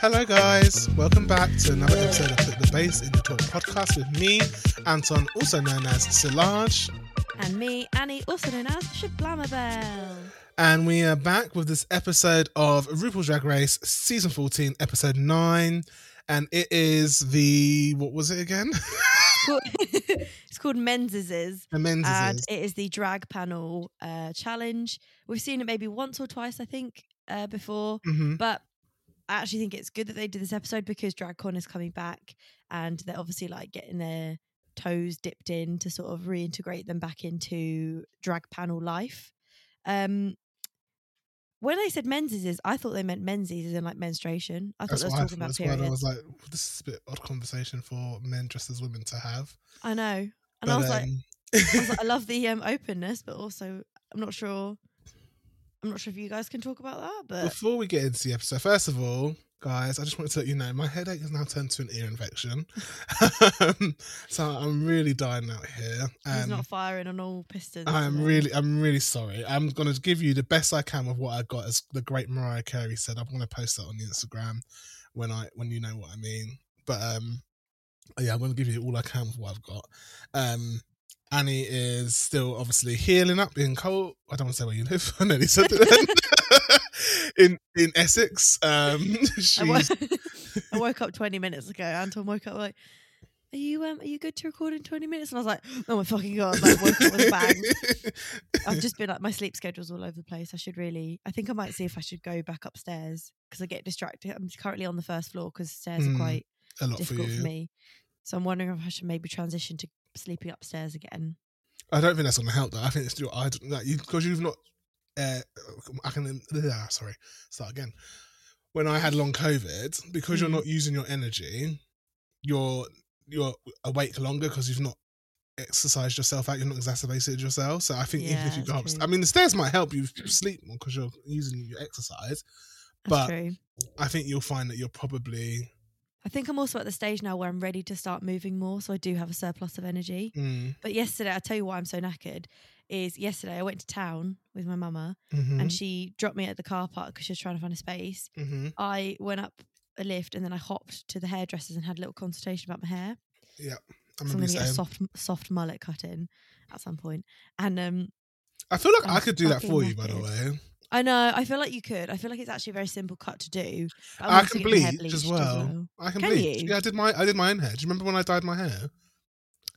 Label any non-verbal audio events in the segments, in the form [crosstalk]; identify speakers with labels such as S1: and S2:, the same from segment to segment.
S1: Hello, guys. Welcome back to another episode of Put the Bass in Your Talk podcast with me, Anton, also known as Silage.
S2: And me, Annie, also known as
S1: [laughs]
S2: Shablamabel.
S1: And we are back with this episode of RuPaul's Drag Race, season 14, episode 9. And it is the, what was it again? [laughs]
S2: it's called Menzes's.
S1: the men's
S2: And
S1: disease.
S2: it is the drag panel uh, challenge. We've seen it maybe once or twice, I think, uh, before.
S1: Mhm.
S2: But I actually think it's good that they did this episode because DragCon is coming back and they're obviously like getting their toes dipped in to sort of reintegrate them back into drag panel life. Um, when they said Menzies, I thought they meant Menzies as in like menstruation. I thought
S1: That's
S2: they
S1: what
S2: were
S1: I thought
S2: talking about
S1: as well. I
S2: periods.
S1: was like, this is a bit odd conversation for men dressed as women to have.
S2: I know. And
S1: But,
S2: I was like,
S1: um, [laughs]
S2: I, was like, I love the um, openness, but also I'm not sure. I'm not sure if you guys can talk about that, but
S1: Before we get into the episode, first of all, guys, I just wanted to let you know my headache has now turned to an ear infection. [laughs] Um, so I'm really dying out here.
S2: he's
S1: Um,
S2: not firing on all pistons.
S1: I'm
S2: today.
S1: really, I'm really sorry. I'm gonna give you the best I can with what I got, as the great Mariah Carey said. I'm gonna post that on the Instagram when I, when you know what I mean. But um, yeah, I'm gonna give you all I can with what I've got. Um, Annie is still obviously healing up in cold. I don't want to say where you live. [laughs] I nearly said it. then.
S2: [laughs]
S1: in in Essex, um, [laughs]
S2: [laughs] I, wo-
S1: she's
S2: [laughs] I
S1: [laughs]
S2: woke up 20 minutes ago. Anton woke up like, "Are you um, are you good to record in 20 minutes?" And I was like, "Oh my fucking god!" Like woke up with a bang. I've just been like my sleep schedule's all over the place. I should really. I think I might see if I should go back upstairs because I get distracted. I'm currently on the first floor because stairs
S1: Hmm.
S2: are quite
S1: [laughs] a lot for
S2: difficult
S1: you.
S2: for me. So I'm wondering if I should maybe transition to sleeping upstairs again.
S1: I don't think that's going to help. Though I think it's your I like you because you've not. Uh, I can. Uh, sorry, start again. When I had long COVID, because you're
S2: Mm.
S1: not using your energy, you're you're awake longer because you've not exercised yourself out. You're not exacerbated yourself. So I think even
S2: Yeah,
S1: if you
S2: that's
S1: go, upst-
S2: true.
S1: I mean, the stairs might help you sleep more because you're using your exercise.
S2: That's
S1: but-
S2: true.
S1: I think you'll find that you're probably.
S2: I think I'm also at the stage now where I'm ready to start moving more, so I do have a surplus of energy.
S1: Mm,
S2: But yesterday, I tell you why I'm so knackered is yesterday I went to town with my mama
S1: mhm,
S2: and she dropped me at the car park because she was trying to find a space.
S1: mhm.
S2: I went up a lift and then I hopped to the hairdressers and had a little consultation about my hair.
S1: I'm
S2: So
S1: gonna
S2: I'm
S1: be
S2: going to get a
S1: saying.
S2: soft soft mullet cut in at some point. And um,
S1: I feel like
S2: I'm
S1: I could do that
S2: fucking
S1: for you, by the
S2: knackered.
S1: way.
S2: I know I feel like you could. I feel like it's actually a very simple cut to do. but
S1: I can
S2: wanted to get my hair
S1: bleach as
S2: bleached
S1: well. I can,
S2: Can
S1: bleach.
S2: you?
S1: Yeah, I did my I did my own hair. Do you remember when I dyed my hair?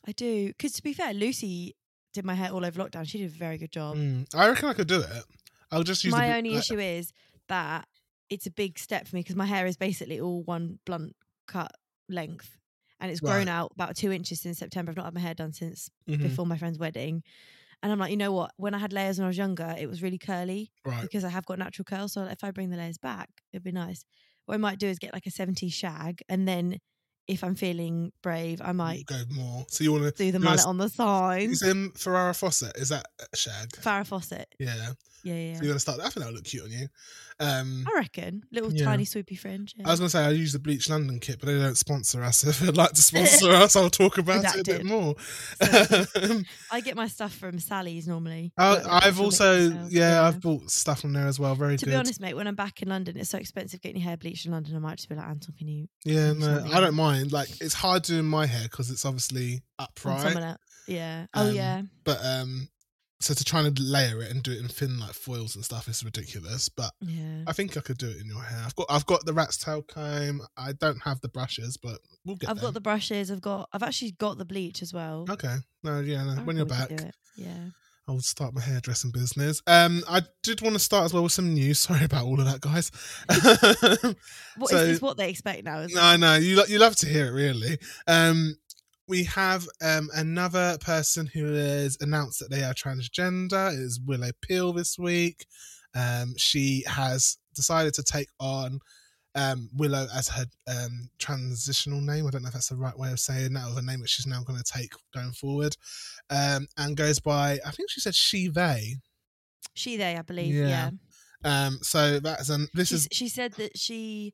S2: I do because to be fair, Lucy did my hair all over lockdown. She did a very good job.
S1: Mm, I reckon I could do it. I'll just use
S2: Oh. my
S1: the, uh,
S2: only
S1: like,
S2: issue is that it's a big step for me because my hair is basically all one blunt cut length and it's
S1: Right.
S2: grown out about two inches since September. I've not had my hair done since
S1: mhm,
S2: before my friend's wedding. And I'm like, you know what? When I had layers when I was younger, it was really curly
S1: Right.
S2: because I have got natural curls. So if I bring the layers back, it'd be nice. What I might do is get like a 70 shag. And then if I'm feeling brave, I might
S1: Go more. So you want to?
S2: do
S1: you're
S2: the mullet
S1: s-
S2: on
S1: [laughs]
S2: the side.
S1: Is um Ferrara Fawcett? Is that a shag?
S2: Farrah Fawcett.
S1: yeah. So
S2: Yeah, yeah. yeah.
S1: you want to start? I think that would look cute on you. Um,
S2: I reckon. Little
S1: Yeah.
S2: tiny swoopy fringe. Yeah.
S1: I was gonna say I use the Bleach London kit, but they don't sponsor us. [laughs] If they'd like to sponsor us, I'll talk about it a bit
S2: Redacted.
S1: more.
S2: So,
S1: [laughs] Um,
S2: I get my stuff from Sally's normally.
S1: I,
S2: Like, like
S1: Uh, I've
S2: from
S1: also,
S2: Mixer,
S1: yeah, I've bought stuff from there as well. Very
S2: to
S1: good.
S2: be honest, mate, when I'm back in London, it's so expensive getting your hair bleached in London. I might just be like, Anton, can you?
S1: Yeah,
S2: It's
S1: no,
S2: not
S1: I
S2: me.
S1: don't mind. Like, it's hard doing my hair because it's obviously
S2: Right.
S1: upright.
S2: Someone else? Yeah. oh
S1: Um,
S2: yeah.
S1: But um, so to try and layer it and do it in thin like foils and stuff is ridiculous. But
S2: Yeah.
S1: I think I could do it in your hair. I've got I've got the rat's tail comb. I don't have the brushes, but we'll get.
S2: I've got the brushes. I've got. I've actually got the bleach as well.
S1: the. Okay. No, yeah.
S2: I
S1: No. When you're back,
S2: reckon we could do it. Yeah.
S1: I'll start my hairdressing business. Um, I did want to start as well with some news. [laughs] Sorry about all of that,
S2: [laughs]
S1: guys.
S2: What is
S1: So-
S2: this? What they expect now? Is
S1: No, no, you lo- you love to hear it, really. Um, we have um, another person who has announced that they are transgender. It is Willow Peel this week. Um, she has decided to take on um, Willow as her um, transitional name. I don't know if that's the right way of saying that, or the name that she's now going to take going forward, um, and goes by I think she said she they.
S2: She they, I believe.
S1: Yeah.
S2: Yeah.
S1: Um, so that's an this
S2: She's,
S1: is
S2: she said that she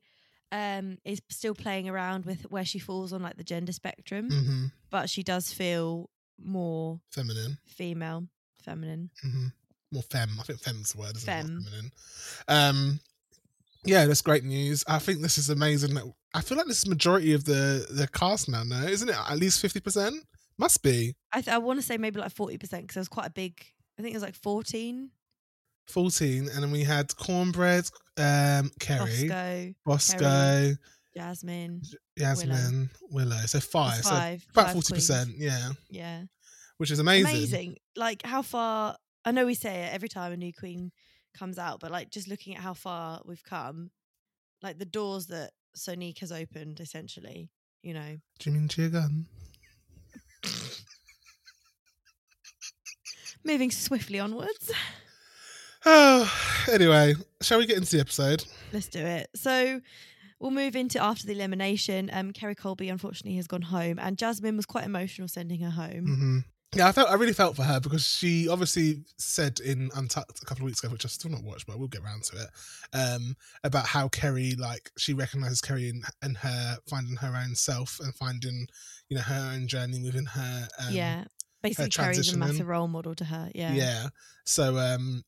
S2: um is still playing around with where she falls on like the gender spectrum,
S1: mhm,
S2: but she does feel more
S1: feminine,
S2: female, feminine.
S1: hmm more femme. I think femme's the word, isn't
S2: Femme.
S1: it? Feminine. Um, yeah, that's great news. I think this is amazing. That I feel like this is majority of the the cast now, no, isn't it? At least fifty percent must be
S2: I th- I want to say maybe like forty percent because there was quite a big. I think it was like fourteen.
S1: fourteen, and then we had cornbread, um, Kerry,
S2: Bosco,
S1: Bosco,
S2: Kerry. Jasmine.
S1: Yasmin, Willow. So five.
S2: There's
S1: So
S2: five.
S1: about
S2: five
S1: forty
S2: queens.
S1: percent, yeah,
S2: Yeah.
S1: which is amazing.
S2: Like how far I know we say it every time a new queen comes out, but like just looking at how far we've come, like the doors that Sonique has opened essentially, you know.
S1: Do you mean to your gun?
S2: Moving swiftly onwards. [laughs]
S1: Oh, [sighs] anyway, shall we get into the episode?
S2: Let's do it. So we'll move into after the elimination. Um Kerry Colby unfortunately has gone home and Jasmine was quite emotional sending her home.
S1: hmm Yeah, I felt I really felt for her because she obviously said in Untucked a couple of weeks ago, which I've still not watched, but we'll get around to it, um, about how Kerry, like, she recognizes Kerry and, and her finding her own self and finding, you know, her own journey within her. Um,
S2: yeah. Basically Kerry's a
S1: transitioning.
S2: massive role model to her. Yeah.
S1: Yeah. So um,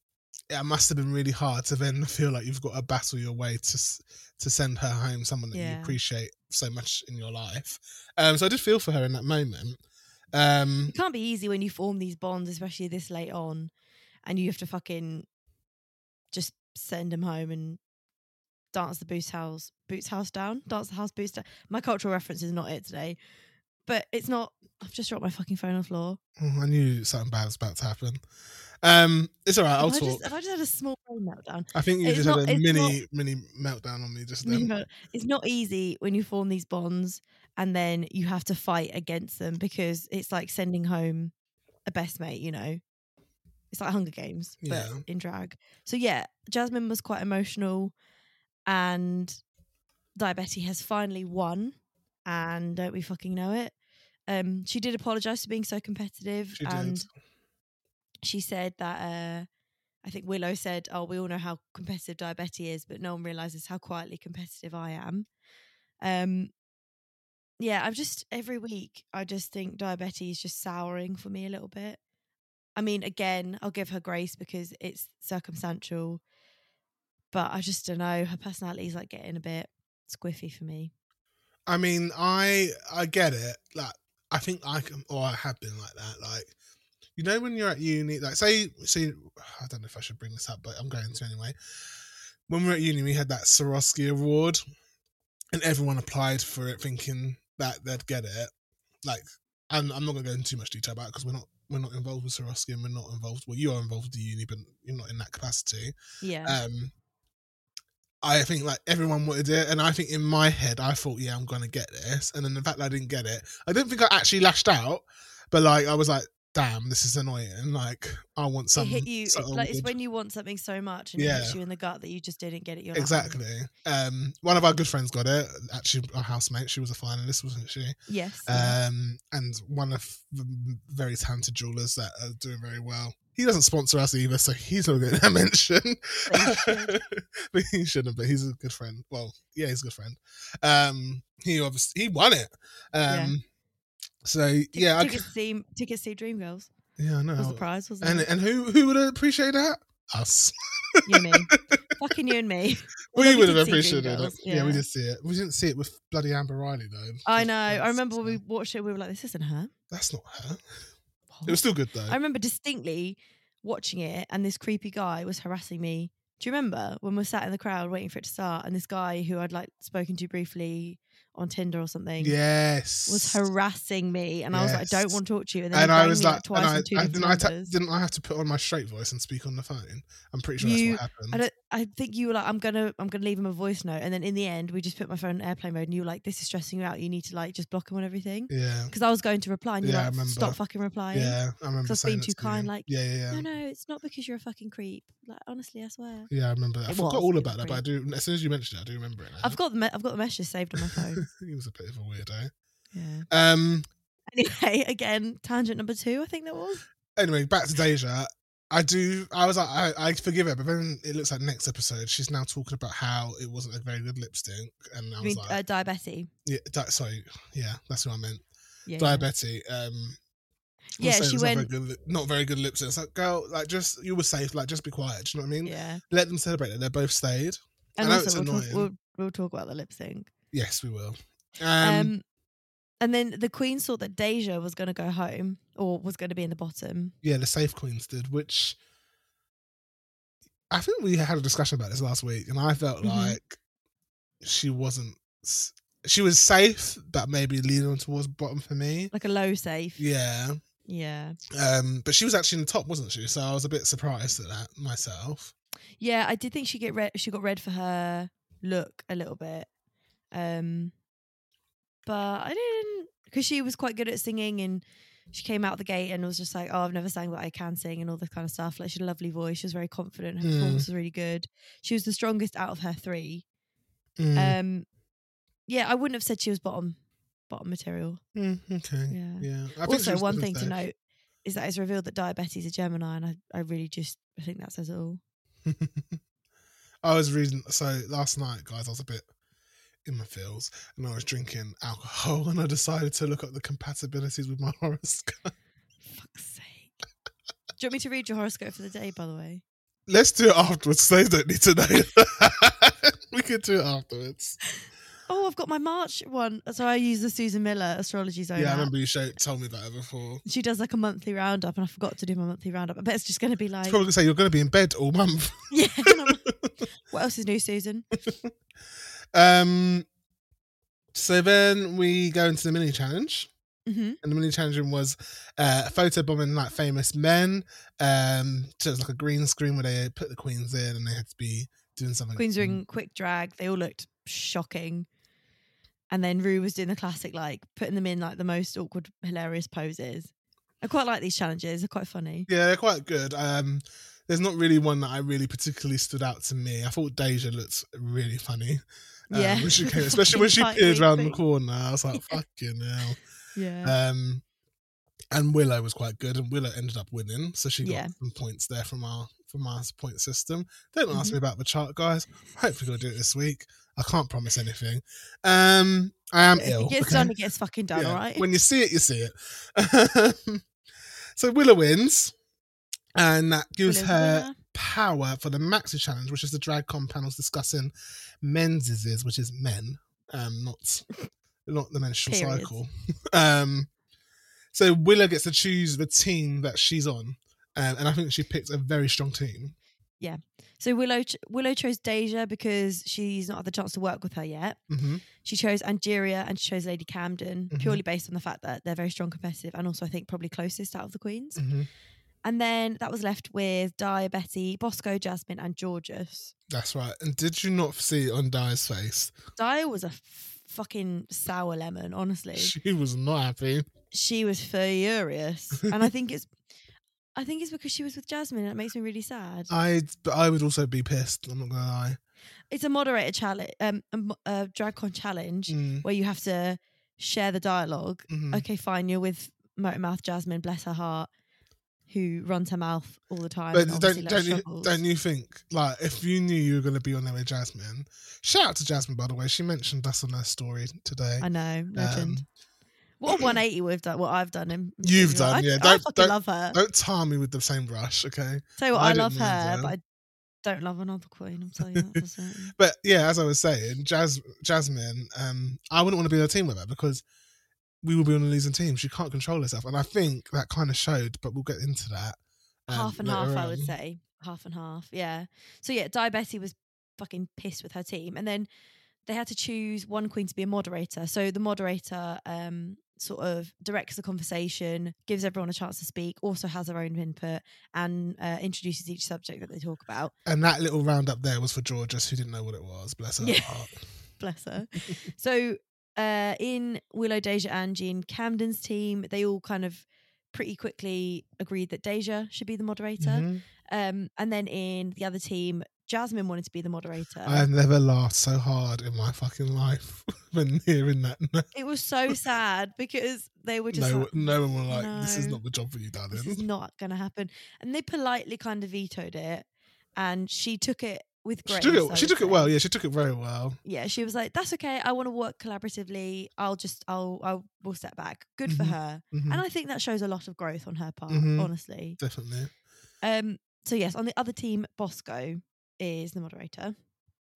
S1: it must have been really hard to then feel like you've got to battle your way to s- to send her home someone that you
S2: Yeah.
S1: appreciate so much in your life. Um, so I did feel for her in that moment. Um,
S2: It can't be easy when you form these bonds, especially this late on, and you have to fucking just send them home and dance the boots house boots house down, dance the house boots down. My cultural reference is not it today, but it's not. I've just dropped my fucking phone on the floor.
S1: oh, I knew something bad was about to happen. Um, it's all right. I'll
S2: have, I
S1: talk.
S2: just, have I just had a small brain meltdown?
S1: I think you
S2: it's
S1: just
S2: not-
S1: had a
S2: it's
S1: mini mini meltdown on me just
S2: [laughs]
S1: then.
S2: Minimal- It's not easy when you form these bonds and then you have to fight against them because it's like sending home a best mate, you know. It's like Hunger Games, but
S1: Yeah.
S2: in drag. So yeah, Jasmine was quite emotional and Diabetti has finally won and don't we fucking know it. Um she did apologize for being so competitive
S1: She did.
S2: and she said that uh I think Willow said, "Oh, we all know how competitive diabetes is, but no one realizes how quietly competitive I am." Um, yeah, I'm just every week I just think diabetes is just souring for me a little bit. I mean, again, I'll give her grace because it's circumstantial, but I just don't know. Her personality is like getting a bit squiffy for me.
S1: I mean, I I get it. Like, I think I can, or I have been like that. Like, you know, when you're at uni, like, say, say, I don't know if I should bring this up, but I'm going to anyway. When we were at uni, we had that Swarovski award, and everyone applied for it, thinking that they'd get it. Like, and I'm not going to go into too much detail about it because we're not we're not involved with Swarovski, and we're not involved. Well, you are involved with the uni, but you're not in that capacity
S2: Yeah,
S1: um I think like everyone wanted it, and I think in my head I thought, yeah, I'm gonna get this, and then the fact that I didn't get it, I don't think I actually lashed out, but like I was like, damn, this is annoying. Like I want
S2: it
S1: some.
S2: hit you it-
S1: something
S2: like it's
S1: good.
S2: when you want something so much and it hits you in the gut that you just didn't get it. You're like, "Oh,
S1: exactly. Um, one of our good friends got it. Actually, our housemate, she was a finalist, wasn't she?
S2: yes, yeah.
S1: Um, and one of the very talented jewelers that are doing very well. He doesn't sponsor us either, so he's not getting that [laughs] mention.
S2: But
S1: [laughs]
S2: you should.
S1: but he shouldn't. But he's a good friend. Well, yeah, he's a good friend. Um, he obviously he won it. Um, so
S2: Tick-
S1: yeah, I, c-
S2: tickets to see tickets to see Dreamgirls
S1: yeah, I
S2: was the
S1: know.
S2: prize, wasn't
S1: And
S2: it?
S1: and who who would appreciate that? Us. [laughs]
S2: you and me, fucking you and me.
S1: We
S2: we
S1: would
S2: did
S1: have
S2: see
S1: appreciated it.
S2: Dreamgirls,
S1: Yeah. we
S2: yeah.
S1: did see it. We didn't see it with bloody Amber Riley though.
S2: I know. I remember when we watched it. We were like, "This isn't her."
S1: That's not her. It was still good though.
S2: I remember distinctly watching it, and this creepy guy was harassing me. Do you remember when we sat in the crowd waiting for it to start, and this guy who I'd like spoken to briefly on Tinder or something
S1: yes.
S2: was harassing me, and I was like, "I don't
S1: Yes.
S2: want to talk to you." And then
S1: and
S2: he
S1: I
S2: rang
S1: was
S2: me,
S1: like,
S2: twice
S1: and I,
S2: on
S1: I-
S2: two different
S1: didn't, I ta-
S2: numbers.
S1: didn't I have to put on my straight voice and speak on the phone? I'm pretty sure that's
S2: You-
S1: what happened.
S2: I don't, I think you were like, I'm gonna, I'm gonna leave him a voice note, and then in the end, we just put my phone in airplane mode, and you were like, this is stressing you out. You need to like just block him on everything.
S1: Yeah.
S2: Because I was going to reply, and you're
S1: Yeah, I
S2: like,
S1: remember.
S2: stop fucking replying.
S1: Yeah. I remember
S2: I've
S1: saying
S2: been
S1: that
S2: too
S1: to you.
S2: kind, like,
S1: yeah, yeah, yeah.
S2: No, no, it's not because you're a fucking creep. Like honestly, I swear.
S1: Yeah, I remember that. I
S2: It
S1: forgot
S2: was,
S1: all
S2: it
S1: about
S2: was
S1: that, but I do. As soon as you mentioned it, I do remember it. Now. [laughs]
S2: I've got the me- I've got the message saved on my phone.
S1: he was a bit of a
S2: [laughs]
S1: weirdo.
S2: yeah.
S1: Um.
S2: Anyway, [laughs] again, tangent number two, I think that was.
S1: Anyway, back to Deja. I do. I was like, I, I forgive her, but then it looks like next episode she's now talking about how it wasn't a very good lip sync, and I
S2: I
S1: was
S2: mean,
S1: like,
S2: uh, diabetes.
S1: yeah, that, sorry, yeah, that's what I meant.
S2: Yeah.
S1: Diabetic. Um.
S2: Yeah,
S1: also
S2: she
S1: it's
S2: went-
S1: Not very, good, lip- not very good lip sync. It's like, girl, like just you were safe. Like just be quiet. Do you know what I mean?
S2: Yeah.
S1: Let them celebrate that they both stayed.
S2: And
S1: know it's
S2: also, we'll talk,
S1: annoying.
S2: we'll, we'll talk about the lip sync.
S1: Yes, we will.
S2: Um,
S1: Um.
S2: and then the queen thought that Deja was going to go home or was going to be in the bottom.
S1: yeah, the safe queens did, which I think we had a discussion about this last week, and I felt
S2: Mhm.
S1: like she wasn't. s- She was safe, but maybe leaning towards bottom for me.
S2: Like a low safe.
S1: Yeah,
S2: Yeah.
S1: um, but she was actually in the top, wasn't she? So I was a bit surprised at that myself.
S2: Yeah, I did think she get red. She got red for her look a little bit, um, but I didn't because she was quite good at singing and she came out the gate and was just like, "Oh, I've never sang, but I can sing," and all this kind of stuff. Like she had a lovely voice. She was very confident. Her
S1: Mm.
S2: performance was really good. She was the strongest out of her three.
S1: Mm,
S2: Um, yeah, I wouldn't have said she was bottom, bottom material.
S1: mm, okay,
S2: Yeah.
S1: yeah. I think she
S2: Also,
S1: was
S2: one
S1: definitely
S2: thing to
S1: safe.
S2: note is that it's revealed that diabetes is a Gemini, and I, I really just I think that says it all.
S1: I was reading. So last night, guys, I was a bit in my feels, and I was drinking alcohol, [laughs] and I decided to look up the compatibilities with my horoscope.
S2: Fuck's sake. Do you want me to read your horoscope for the day, by the way?
S1: Let's do it afterwards. [laughs] They don't need to know. we could do it afterwards.
S2: Oh, I've got my March one. So I use the Susan Miller Astrology Zone.
S1: yeah, I
S2: app.
S1: remember you showed, told me that before.
S2: She does like a monthly roundup, and I forgot to do my monthly roundup. I bet it's just going to be
S1: It's
S2: like,
S1: probably gonna say you're going to be in bed all month.
S2: [laughs]
S1: [laughs]
S2: yeah. and I'm like, what else is new, Susan?
S1: Um, so then we go into the mini challenge,
S2: hmm
S1: and the mini challenge was uh, photobombing like famous men. Um, so it was like a green screen where they put the queens in, and they had to be doing something.
S2: Queens doing quick drag. They all looked shocking. And then Rue was doing the classic, like putting them in like the most awkward, hilarious poses. I quite like these challenges. They're quite funny.
S1: Yeah, they're quite good. Um, there's not really one that I really particularly stood out to me. I thought Deja looked really funny. Um,
S2: Yeah.
S1: when she
S2: [laughs]
S1: came, especially when she
S2: Fucking
S1: peered around the
S2: tight-waisted.
S1: corner. I was
S2: [laughs]
S1: like, fucking hell.
S2: Yeah.
S1: Um, and Willow was quite good, and Willow ended up winning, so she got
S2: Yeah.
S1: some points there from our from our point system. Don't ask
S2: Mm-hmm.
S1: me about the chart, guys. Hopefully, we'll do it this week. I can't promise anything. Um, I am
S2: If
S1: ill.
S2: it gets
S1: okay?
S2: done, it gets fucking
S1: [laughs]
S2: done,
S1: Yeah.
S2: all right?
S1: When you see it, you see it. [laughs] so Willow wins, and that gives
S2: Willow's
S1: her
S2: winner.
S1: power for the maxi challenge, which is the DragCon panels discussing men's disease, which is men, um, not not the menstrual
S2: Periods.
S1: cycle. [laughs] Um, so Willow gets to choose the team that she's on, um, and I think she picked a very strong team.
S2: So Willow ch- Willow chose Deja because she's not had the chance to work with her yet.
S1: hmm
S2: She chose Angeria and she chose Lady Camden
S1: Mhm.
S2: purely based on the fact that they're very strong, competitive, and also I think probably closest out of the queens.
S1: hmm
S2: And then that was left with Dia, Betty, Bosco, Jasmine, and Georges.
S1: That's right. And did you not see on Di's face?
S2: Dia was a f- fucking sour lemon, honestly.
S1: She was not happy.
S2: She
S1: [laughs]
S2: was furious, and I think it's. I think it's because she was with Jasmine and it makes me really sad.
S1: I but I would also be pissed. I'm not gonna lie.
S2: It's a moderator challenge, um, a, mo- a drag con challenge
S1: Mm,
S2: where you have to share the dialogue
S1: mhm.
S2: okay, fine, you're with Motor Mouth Jasmine, bless her heart, who runs her mouth all the time.
S1: But
S2: and obviously,
S1: don't
S2: like,
S1: don't you,
S2: struggles.
S1: don't you think like if you knew you were going to be on there with Jasmine? Shout out to Jasmine by the way. She mentioned us on her story today.
S2: I know, legend.
S1: Um,
S2: what a 180 we've done, what I've done. And
S1: You've
S2: I-
S1: done, yeah,
S2: I,
S1: don't-
S2: fucking
S1: don't-
S2: love her.
S1: Don't tar me with the same brush, okay?
S2: Tell you what,
S1: I
S2: I,
S1: didn't
S2: love
S1: mean
S2: her,
S1: to.
S2: but I don't love another queen. I'm telling you that
S1: [laughs]
S2: for certain.
S1: But yeah, as I was saying, Jas- Jasmine, um, I wouldn't want to be on a team with her because we will be on a losing team. She can't control herself, and I think that kind of showed. But we'll get into that. um,
S2: half and half,
S1: later
S2: I would
S1: on.
S2: say. Half and half, yeah. So yeah, Di Betty was fucking pissed with her team, and then they had to choose one queen to be a moderator. So the moderator um, sort of directs the conversation, gives everyone a chance to speak, also has their own input, and uh, introduces each subject that they talk about.
S1: And that little roundup there was for Georgia, who didn't know what it was. Bless her
S2: Yeah. [laughs]
S1: heart.
S2: Bless her. so uh, in Willow, Deja, and Jean Camden's team, they all kind of pretty quickly agreed that Deja should be the moderator.
S1: Mhm.
S2: Um, and then in the other team, Jasmine wanted to be the moderator.
S1: I have never laughed so hard in my fucking life [laughs] when hearing that.
S2: it
S1: [laughs]
S2: was so sad because they were just
S1: no,
S2: like,
S1: no one was like, "This is
S2: no.
S1: not the job for you, darling." [laughs]
S2: this is not going to happen. And they politely kind of vetoed it. And she took it with
S1: she
S2: grace.
S1: took
S2: I
S1: it. She
S2: would
S1: took it
S2: say.
S1: well. Yeah, she took it very well.
S2: Yeah, she was like, "That's okay. I want to work collaboratively. I'll just, I'll, I'll, we'll step back." Good for
S1: Mhm.
S2: her,
S1: Mhm,
S2: and I think that shows a lot of growth on her part,
S1: Mhm.
S2: honestly.
S1: Definitely.
S2: Um, so yes, on the other team, Bosco is the moderator.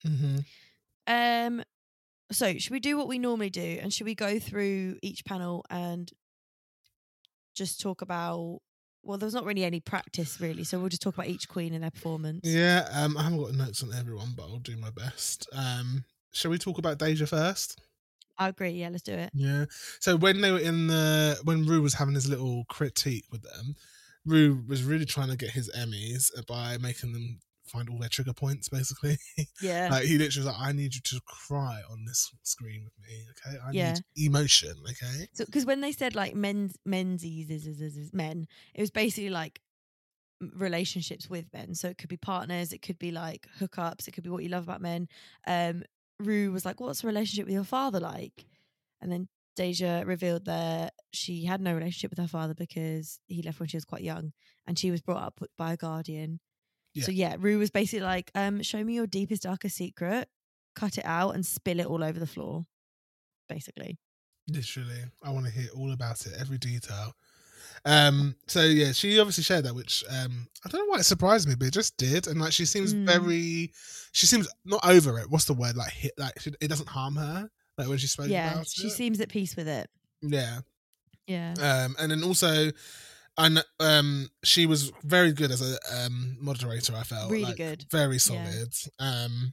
S1: hmm
S2: Um, so should we do what we normally do, and should we go through each panel and just talk about? Well, there's not really any practice really, so we'll just talk about each queen and their performance.
S1: Yeah. Um, I haven't got notes on everyone, but I'll do my best. Um, shall we talk about Deja first?
S2: I agree. Yeah, let's do it.
S1: Yeah. So when they were in the when Rue was having his little critique with them, Rue was really trying to get his Emmys by making them find all their trigger points, basically.
S2: Yeah,
S1: like he literally was like, "I need you to cry on this screen with me, okay? I
S2: Yeah.
S1: need emotion, okay?"
S2: So, because when they said like men's Menzies is, is, is, is men, it was basically like m- relationships with men. So it could be partners, it could be like hookups, it could be what you love about men. Um, Rue was like, "What's the relationship with your father like?" And then Deja revealed that she had no relationship with her father because he left when she was quite young, and she was brought up with- by a guardian.
S1: Yeah.
S2: So yeah, Rue was basically like, um, "Show me your deepest, darkest secret, cut it out, and spill it all over the floor." Basically,
S1: Literally, I want to hear all about it, every detail. Um, so yeah, she obviously shared that, which um, I don't know why it surprised me, but it just did. And like, she seems
S2: Mm.
S1: very, she seems not over it. What's the word? Like, hit, like she, it doesn't harm her. Like when she spoke
S2: yeah,
S1: about
S2: she
S1: it.
S2: seems at peace with it.
S1: yeah.
S2: [laughs] Yeah.
S1: Um, and then also, and um, she was very good as a um moderator. I felt
S2: Really
S1: like,
S2: good.
S1: very
S2: Yeah.
S1: solid. Um,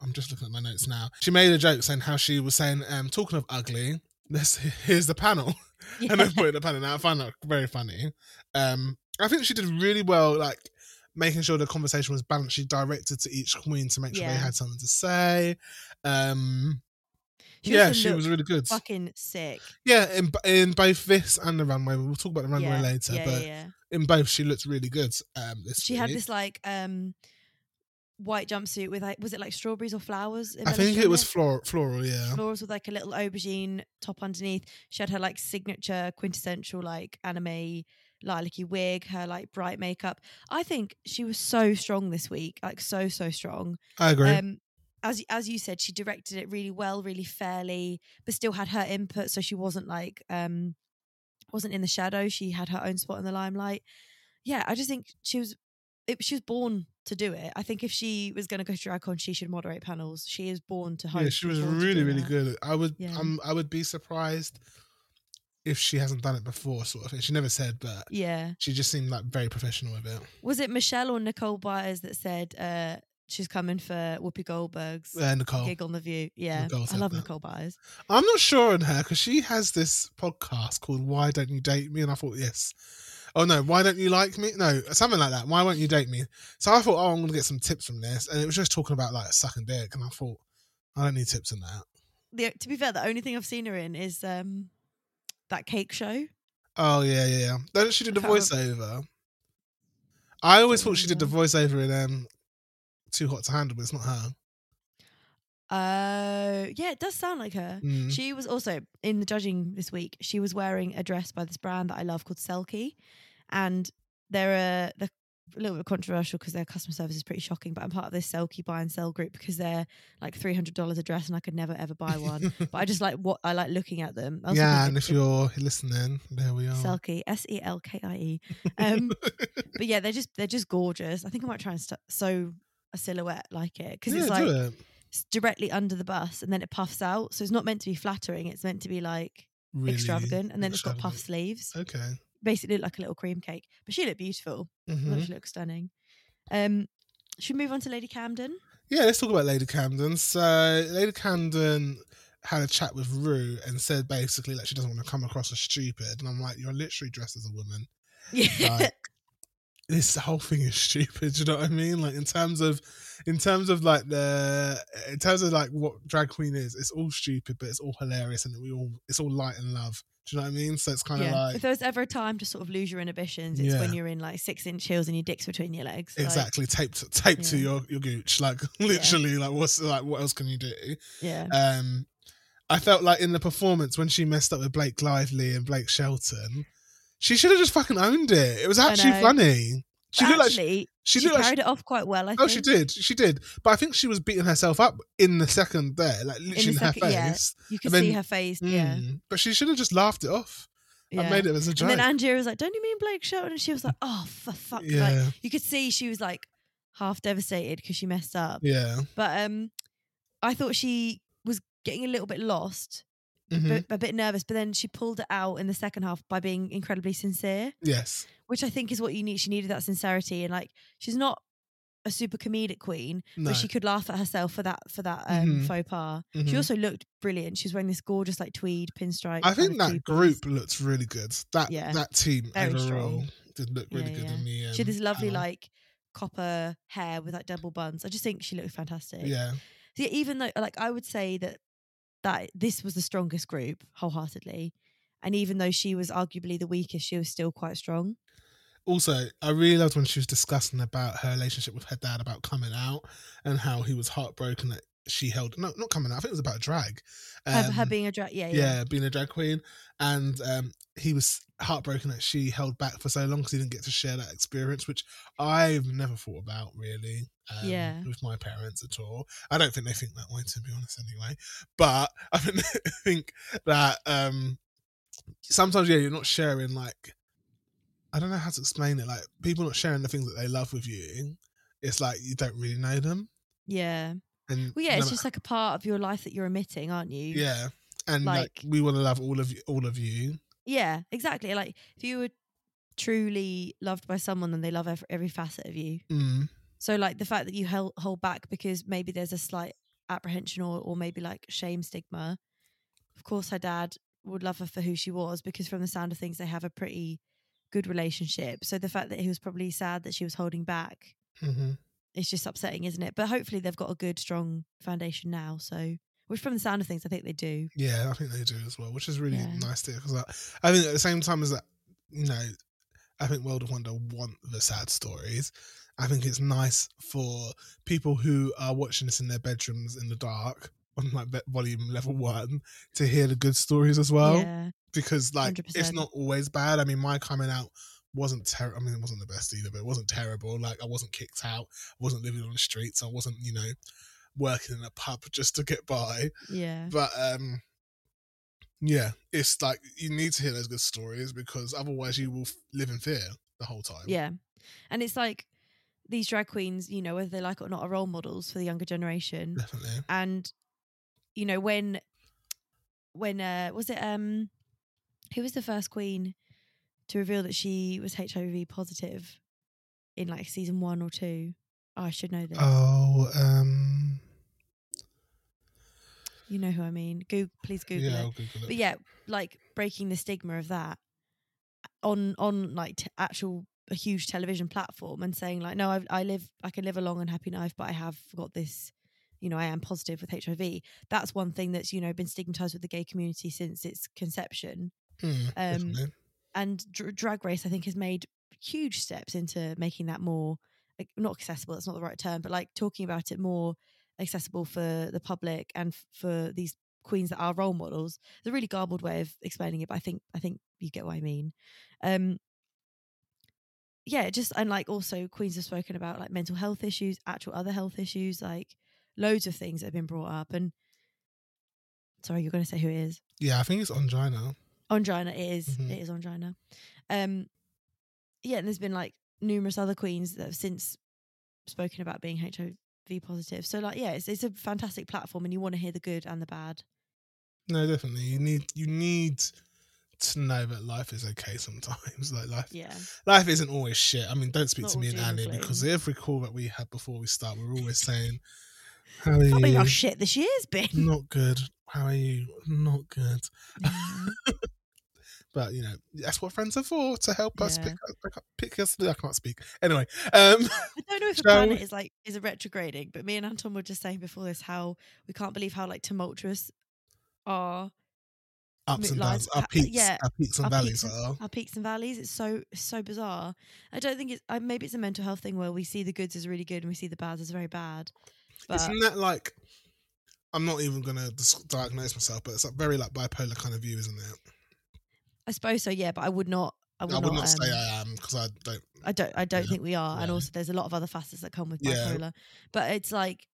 S1: I'm just looking at my notes now. She made a joke saying how she was saying, um, talking of ugly. This here's the panel, [laughs]
S2: Yeah.
S1: and I put the panel. Now I find that very funny. Um, I think she did really well, like making sure the conversation was balanced. She directed to each queen to make sure they
S2: Yeah.
S1: had something to say. Um,
S2: She
S1: yeah,
S2: also
S1: she was
S2: looked
S1: really good.
S2: fucking sick.
S1: Yeah, in b- in both this and the runway, we'll talk about the runway
S2: yeah.
S1: later.
S2: yeah,
S1: but
S2: yeah, yeah.
S1: in both, she looked really good. Um, this
S2: She had
S1: week.
S2: this like um white jumpsuit with like was it like strawberries or flowers?
S1: I think
S2: embellished
S1: it
S2: on
S1: was floral, floral. Yeah,
S2: florals with like a little aubergine top underneath. She had her like signature quintessential like anime lilac-y wig, her like bright makeup. I think she was so strong this week, like so so strong.
S1: I agree.
S2: Um, as as you said, she directed it really well, really fairly, but still had her input, so she wasn't like um, wasn't in the shadow. She had her own spot in the limelight. Yeah, I just think she was it, she was born to do it. I think if she was going to go to DragCon, she should moderate panels. She is born to host.
S1: yeah, she was
S2: born to
S1: really,
S2: do
S1: really
S2: that.
S1: good. I would,
S2: Yeah.
S1: um, I would be surprised if she hasn't done it before, sort of thing. She never said, but
S2: Yeah,
S1: she just seemed like very professional with it.
S2: was it Michelle or Nicole Byers that said uh, she's coming for Whoopi Goldberg's?
S1: Uh, Nicole,
S2: Gig on the view, yeah.
S1: Nicole
S2: I
S1: said
S2: love
S1: that.
S2: Nicole Byers.
S1: I'm not sure on her because she has this podcast called "Why Don't You Date Me," and I thought, yes. Oh no, why don't you like me? No, something like that. Why won't you date me? So I thought, oh, I'm gonna get some tips from this, and it was just talking about like sucking dick, and I thought, I don't need tips on that.
S2: The, to be fair, the only thing I've seen her in is um, that cake show.
S1: Oh yeah, yeah. yeah. Then she did the
S2: I can't
S1: voiceover. I always
S2: Don't
S1: thought she did the
S2: remember.
S1: voiceover in um, "Too Hot to Handle," but it's not
S2: [laughs]
S1: her.
S2: Uh, yeah, it does sound like her.
S1: Mm.
S2: She was also in the judging this week. She was wearing a dress by this brand that I love called Selkie, and they're a they're a little bit controversial because their customer service is pretty shocking. But I'm part of this Selkie buy and sell group because they're like three hundred dollars a dress, and I could never ever buy
S1: [laughs]
S2: one. but I just like what I like looking at them. I also
S1: yeah,
S2: think
S1: and if
S2: it's
S1: you're listening, there we are.
S2: Selkie, S E L K
S1: [laughs]
S2: I E. Um, but yeah, they're just they're just gorgeous. I think I might try and st- sew a silhouette like it because
S1: yeah,
S2: it's
S1: do
S2: like
S1: it.
S2: s- directly under the bus and then it puffs out. So it's not meant to be flattering. It's meant to be like
S1: Really
S2: extravagant. And then it's got puff
S1: extravagant.
S2: sleeves.
S1: Okay.
S2: Basically looked like a little cream cake. But she looked beautiful. I thought
S1: Mhm.
S2: She looked stunning. Um, should we move on to Lady Camden? [laughs]
S1: Yeah, let's talk about Lady Camden. So Lady Camden had a chat with Rue and said basically that she doesn't want to come across as stupid. And I'm like, you're literally dressed as a woman.
S2: Yeah.
S1: Like, this whole thing is [laughs] stupid. Do you know what I mean? Like in terms of, in terms of like the, in terms of like what drag queen is, it's all stupid, but it's all hilarious, and we all, it's all light and love. Do you know what I mean? So it's kind of
S2: yeah. if
S1: like
S2: there was ever a time to sort of lose your inhibitions, it's
S1: Yeah.
S2: when you're in like six inch heels and your dick's between your legs. Like,
S1: exactly taped, taped to
S2: Yeah.
S1: your your gooch. Like [laughs] literally, like what's like what else can you do?
S2: yeah.
S1: Um, I felt like in the performance when she messed up with Blake Lively and Blake Shelton, she should have just fucking owned it. It was
S2: I
S1: actually
S2: know.
S1: funny. She
S2: But
S1: looked like she,
S2: actually,
S1: she
S2: she
S1: looked like she-
S2: carried it off quite well. I
S1: Oh,
S2: think.
S1: she did. She did. But I think she was beating herself up in the second there, like literally in,
S2: the
S1: her
S2: second, yeah.
S1: face.
S2: You could
S1: And
S2: see
S1: then-
S2: her face. Yeah.
S1: Mm. But she should have just laughed it off.
S2: yeah.
S1: I made it as a joke.
S2: and then Andrea was like, "Don't you mean Blake Shelton?" And she was like, "Oh, for fuck!" Like,
S1: yeah.
S2: you could see she was like half devastated because she messed up.
S1: yeah.
S2: But um, I thought she was getting a little bit lost,
S1: Mhm.
S2: but a bit nervous. But then she pulled it out in the second half by being incredibly sincere.
S1: yes.
S2: which I think is what you need. She needed that sincerity, and like she's not a super comedic queen,
S1: No.
S2: but she could laugh at herself for that for that um,
S1: Mhm.
S2: faux pas.
S1: Mhm.
S2: She also looked brilliant. She was wearing this gorgeous like tweed pinstripe.
S1: I
S2: kind
S1: think
S2: of
S1: that
S2: two-piece.
S1: group looked really good. That
S2: Yeah.
S1: that team
S2: Very
S1: overall
S2: strong.
S1: did look really
S2: Yeah,
S1: good
S2: yeah.
S1: in the um,
S2: She had this lovely
S1: panel.
S2: like copper hair with like double buns. I just think she looked fantastic.
S1: Yeah.
S2: So, yeah, even though like I would say that that this was the strongest group wholeheartedly, and even though she was arguably the weakest, she was still quite strong.
S1: Also, I really loved when she was discussing about her relationship with her dad about coming out and how he was heartbroken that she held no not coming out, I think it was about drag.
S2: Her, her
S1: Um,
S2: being a drag, yeah, yeah,
S1: yeah, being a drag queen, and um, he was heartbroken that she held back for so long because he didn't get to share that experience, which I've never thought about really. Um,
S2: Yeah.
S1: with my parents at all. I don't think they think that way, to be honest. Anyway, but [laughs] I think they think that um, sometimes yeah, you're not sharing like I don't know how to explain it. Like people not sharing the things that they love with you. It's like you don't really know them,
S2: yeah.
S1: and
S2: Well, yeah,
S1: no
S2: it's
S1: ma-
S2: just like a part of your life that you're omitting, aren't you?
S1: yeah. And like,
S2: like-
S1: we want to love all of you, all of you,
S2: Yeah, exactly. Like if you were truly loved by someone, then they love every, every facet of you.
S1: mm.
S2: So like the fact that you held, hold back because maybe there's a slight apprehension or, or maybe like shame stigma. Of course, her dad would love her for who she was because from the sound of things, they have a pretty good relationship. So the fact that he was probably sad that she was holding back,
S1: hmm
S2: it's just upsetting, isn't it? But hopefully they've got a good, strong foundation now. So, which from the sound of things, I think they do.
S1: Yeah, I think they do as well, which is really
S2: Yeah.
S1: nice to because I, I think at the same time as that, you know, I think World of Wonder want the sad stories. I think it's nice for people who are watching this in their bedrooms in the dark on like ve- volume level one to hear the good stories as well
S2: yeah.
S1: because like it's
S2: 100%.
S1: not always bad. I mean, my coming out wasn't terrible. I mean, it wasn't the best either, but it wasn't terrible. Like I wasn't kicked out, I wasn't living on the streets, I wasn't you know working in a pub just to get by
S2: Yeah.
S1: but um yeah it's like you need to hear those good stories because otherwise you will f- live in fear the whole time
S2: Yeah. And it's like these drag queens, you know, whether they like it or not, are role models for the younger generation.
S1: definitely
S2: And, you know, when, when, uh, was it, um, who was the first queen to reveal that she was HIV positive in like season one or two? Oh, I should know this.
S1: oh um
S2: You know who I mean. Google, please Google
S1: yeah
S2: it.
S1: I'll Google it.
S2: but yeah, like breaking the stigma of that on on like t- actual a huge television platform and saying like, no, I've, I live, I can live a long and happy life, but I have got this, you know, I am positive with HIV. That's one thing that's you know been stigmatized with the gay community since its conception,
S1: Hmm,
S2: um,
S1: definitely.
S2: and dr- Drag Race I think has made huge steps into making that more like, not accessible. That's not the right term, but like talking about it more accessible for the public and f- for these queens that are role models. It's a really garbled way of explaining it, but I think I think you get what I mean. Um, yeah, just and like also queens have spoken about like mental health issues, actual other health issues, like loads of things that have been brought up. And sorry, you're going to say who it is.
S1: yeah i think it's on now
S2: Ondrina, it is-
S1: Mhm.
S2: It is Ondrina. Um, yeah, and there's been like numerous other queens that have since spoken about being HIV positive. So like, yeah, it's it's a fantastic platform, and you want to hear the good and the bad.
S1: no definitely you need you need to know that life is okay sometimes [laughs] like life
S2: Yeah,
S1: life isn't always shit i mean don't speak
S2: Not
S1: to me
S2: all
S1: and
S2: doom and
S1: annie
S2: gloom.
S1: because every call that we had before we start we're always saying how are
S2: can't believe
S1: you
S2: how shit this year's been. [laughs]
S1: not good How are you? Not good. But you know, that's what friends are for to help us
S2: Yeah.
S1: pick up, pick up, pick us. I can't speak. Anyway, um, [laughs]
S2: I don't know if a
S1: Shall
S2: planet is like is a retrograding, but me and Anton were just saying before this how we can't believe how like tumultuous our
S1: ups and
S2: Lives
S1: downs, our
S2: pa-
S1: peaks,
S2: yeah,
S1: our peaks and
S2: our
S1: valleys
S2: peaks and-
S1: are.
S2: our peaks and valleys. It's so so bizarre. I don't think it's I, maybe it's a mental health thing where we see the goods as really good and we see the bads as very bad. But
S1: Isn't that like? I'm not even gonna dis- diagnose myself, but it's like very like bipolar kind of view, isn't it?
S2: I suppose so. Yeah, but I would not. I would,
S1: I would not,
S2: um,
S1: say I am because I don't.
S2: I don't I don't
S1: Yeah.
S2: think we are. And
S1: Yeah.
S2: also there's a lot of other facets that come with
S1: Yeah.
S2: bipolar. But it's like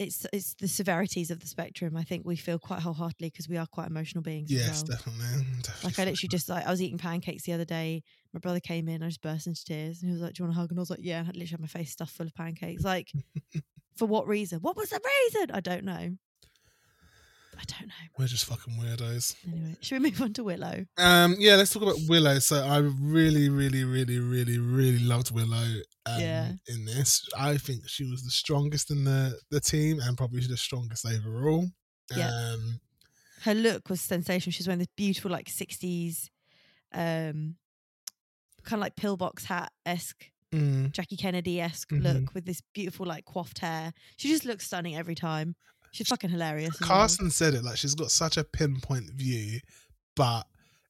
S2: it's it's the severities of the spectrum. I think we feel quite wholeheartedly because we are quite emotional beings. as
S1: Yes,
S2: well.
S1: definitely, [laughs] definitely.
S2: Like I literally just like I was eating pancakes the other day. My brother came in. I just burst into tears, and he was like, "Do you want a hug?" And I was like, "Yeah." And I literally had my face stuffed full of pancakes.
S1: [laughs]
S2: Like, for what reason? What was the reason? I don't know. I don't know.
S1: We're just fucking weirdos.
S2: Anyway, should we move on to Willow?
S1: Um, yeah, let's talk about Willow. So I really, really, really, really, really loved Willow. Um,
S2: Yeah.
S1: In this, I think she was the strongest in the the team and probably the strongest overall.
S2: Yeah.
S1: Um,
S2: Her look was sensational. She was wearing this beautiful like '60s, um, kind of like pillbox hat esque,
S1: mm,
S2: Jackie Kennedy esque
S1: Mhm.
S2: look with this beautiful like coiffed hair. She just looks stunning every time. She's fucking hilarious. as well.
S1: Carson said it like she's got such a pinpoint view, but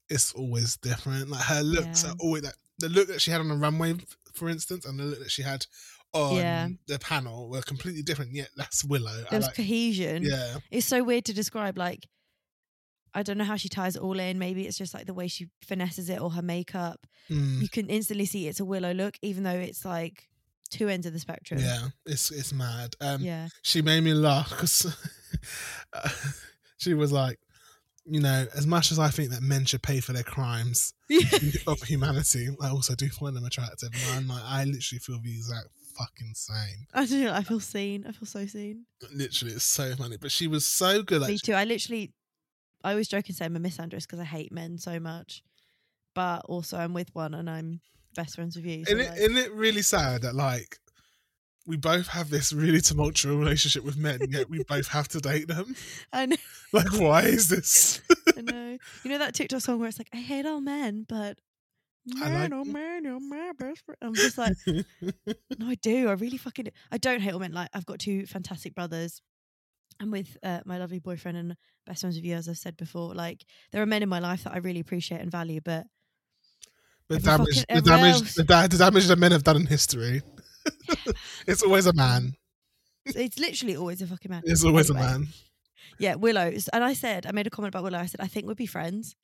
S1: it's always different. Like her looks
S2: Yeah.
S1: are always like the look that she had on the runway, f- for instance, and the look that she had on
S2: Yeah.
S1: the panel were completely different. Yet that's Willow. I
S2: There was
S1: like,
S2: cohesion.
S1: yeah,
S2: it's so weird to describe like i don't know how she ties it all in maybe it's just like the way she finesses it or her makeup
S1: Mm,
S2: you can instantly see it's a willow look even though it's like two ends of the spectrum
S1: yeah. It's it's mad. Um,
S2: yeah [laughs]
S1: she made me laugh because [laughs] she was like, you know, as much as I think that men should pay for their crimes [laughs] of humanity, I also do find them attractive. And I'm like, I literally feel the exact fucking same.
S2: i don't know i feel seen i feel so seen
S1: Literally, it's so funny. But she was so good. Like,
S2: me too i literally i always joke and say i'm a misandrist because i hate men so much but also i'm with one and i'm best friends with you so
S1: isn't, it,
S2: like-
S1: isn't it really sad that like we both have this really tumultuous relationship with men, yet we both have to date them? [laughs]
S2: I know,
S1: Like, why is this?
S2: I know. You know that TikTok song where it's like, I hate all men, but
S1: I
S2: man,
S1: like
S2: oh
S1: them."
S2: man, you're my best friend. I'm
S1: [laughs]
S2: just like, No, I do. I really fucking. Do. I don't hate all men. Like I've got two fantastic brothers. I'm with uh, my lovely boyfriend and best friends with you, as I've said before. Like there are men in my life that I really appreciate and value, but
S1: The
S2: Every
S1: damage,
S2: fucking-
S1: the
S2: everywhere
S1: damage,
S2: else.
S1: the, da- the damage that men have done in history. [laughs] it's always a man.
S2: it's literally always a fucking man.
S1: It's always a
S2: Anyway,
S1: man.
S2: Yeah, Willow. s- And I said, I made a comment about Willow. I said, I think we'd be friends.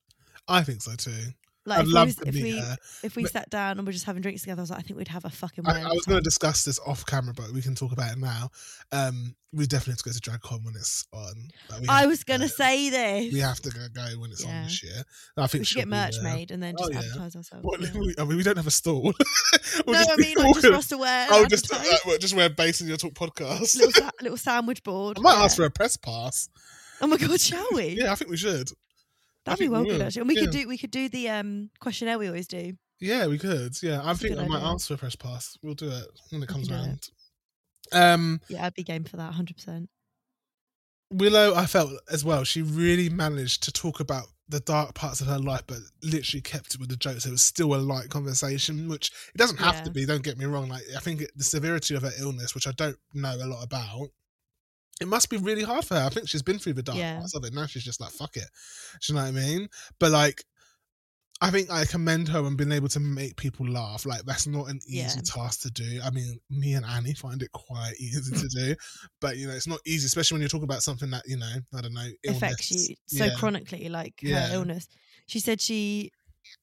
S1: I think so too.
S2: Like
S1: I'd
S2: if,
S1: love
S2: we was,
S1: to
S2: if
S1: meet
S2: we
S1: her.
S2: if we
S1: But-
S2: sat down and we're just having drinks together, I was like, I think we'd have a fucking.
S1: I, I
S2: whale
S1: was
S2: of
S1: going to
S2: time.
S1: discuss this off camera, but we can talk about it now. Um, we definitely have to go to DragCon when it's on. Like, we,
S2: I
S1: have, [laughs]
S2: was gonna
S1: uh,
S2: say this.
S1: we have to go, go when it's on
S2: Yeah.
S1: this year. I think
S2: we should
S1: she'll
S2: get
S1: be
S2: merch
S1: there.
S2: made and then
S1: Oh,
S2: just
S1: yeah.
S2: advertise
S1: [laughs]
S2: ourselves.
S1: What-
S2: yeah.
S1: I mean, we don't have a stall. [laughs] We'll
S2: [laughs] no, I
S1: be
S2: mean like just
S1: walking.
S2: for us to wear.
S1: [laughs] I'll
S2: and
S1: just uh,
S2: advertise.
S1: we'll just wear base in your talk podcast.
S2: little sa- little sandwich
S1: [laughs]
S2: board.
S1: I might
S2: yeah.
S1: ask for a press pass.
S2: Oh my god, shall we?
S1: Yeah, I think we should. I
S2: That'd be
S1: think we
S2: well good
S1: will,
S2: actually. And we could
S1: yeah.
S2: do we could do the um questionnaire we always do.
S1: Yeah, we could. Yeah, I
S2: That's a
S1: think
S2: good
S1: I might
S2: idea.
S1: ask for a press pass. We'll do it when it
S2: We
S1: comes
S2: can do it.
S1: around. Um,
S2: Yeah, I'd be game for that, hundred percent.
S1: Willow, I felt as well. She really managed to talk about the dark parts of her life, but literally kept it with the jokes. It was still a light conversation, which it doesn't have to
S2: Yeah.
S1: be. Don't get me wrong. Like I think it, the severity of her illness, which I don't know a lot about, it must be really hard for her. I think she's been through the dark
S2: Yeah.
S1: parts of it. Now she's just like fuck it. Do you know what I mean? But like. I think I commend her on being able to make people laugh. Like that's not an easy
S2: Yeah.
S1: task to do. I mean, me and Annie find it quite [laughs] easy to do but you know it's not easy especially when you're talking about something that you know i don't know illness.
S2: Affects you so
S1: yeah.
S2: chronically, like
S1: Yeah.
S2: her illness. She said she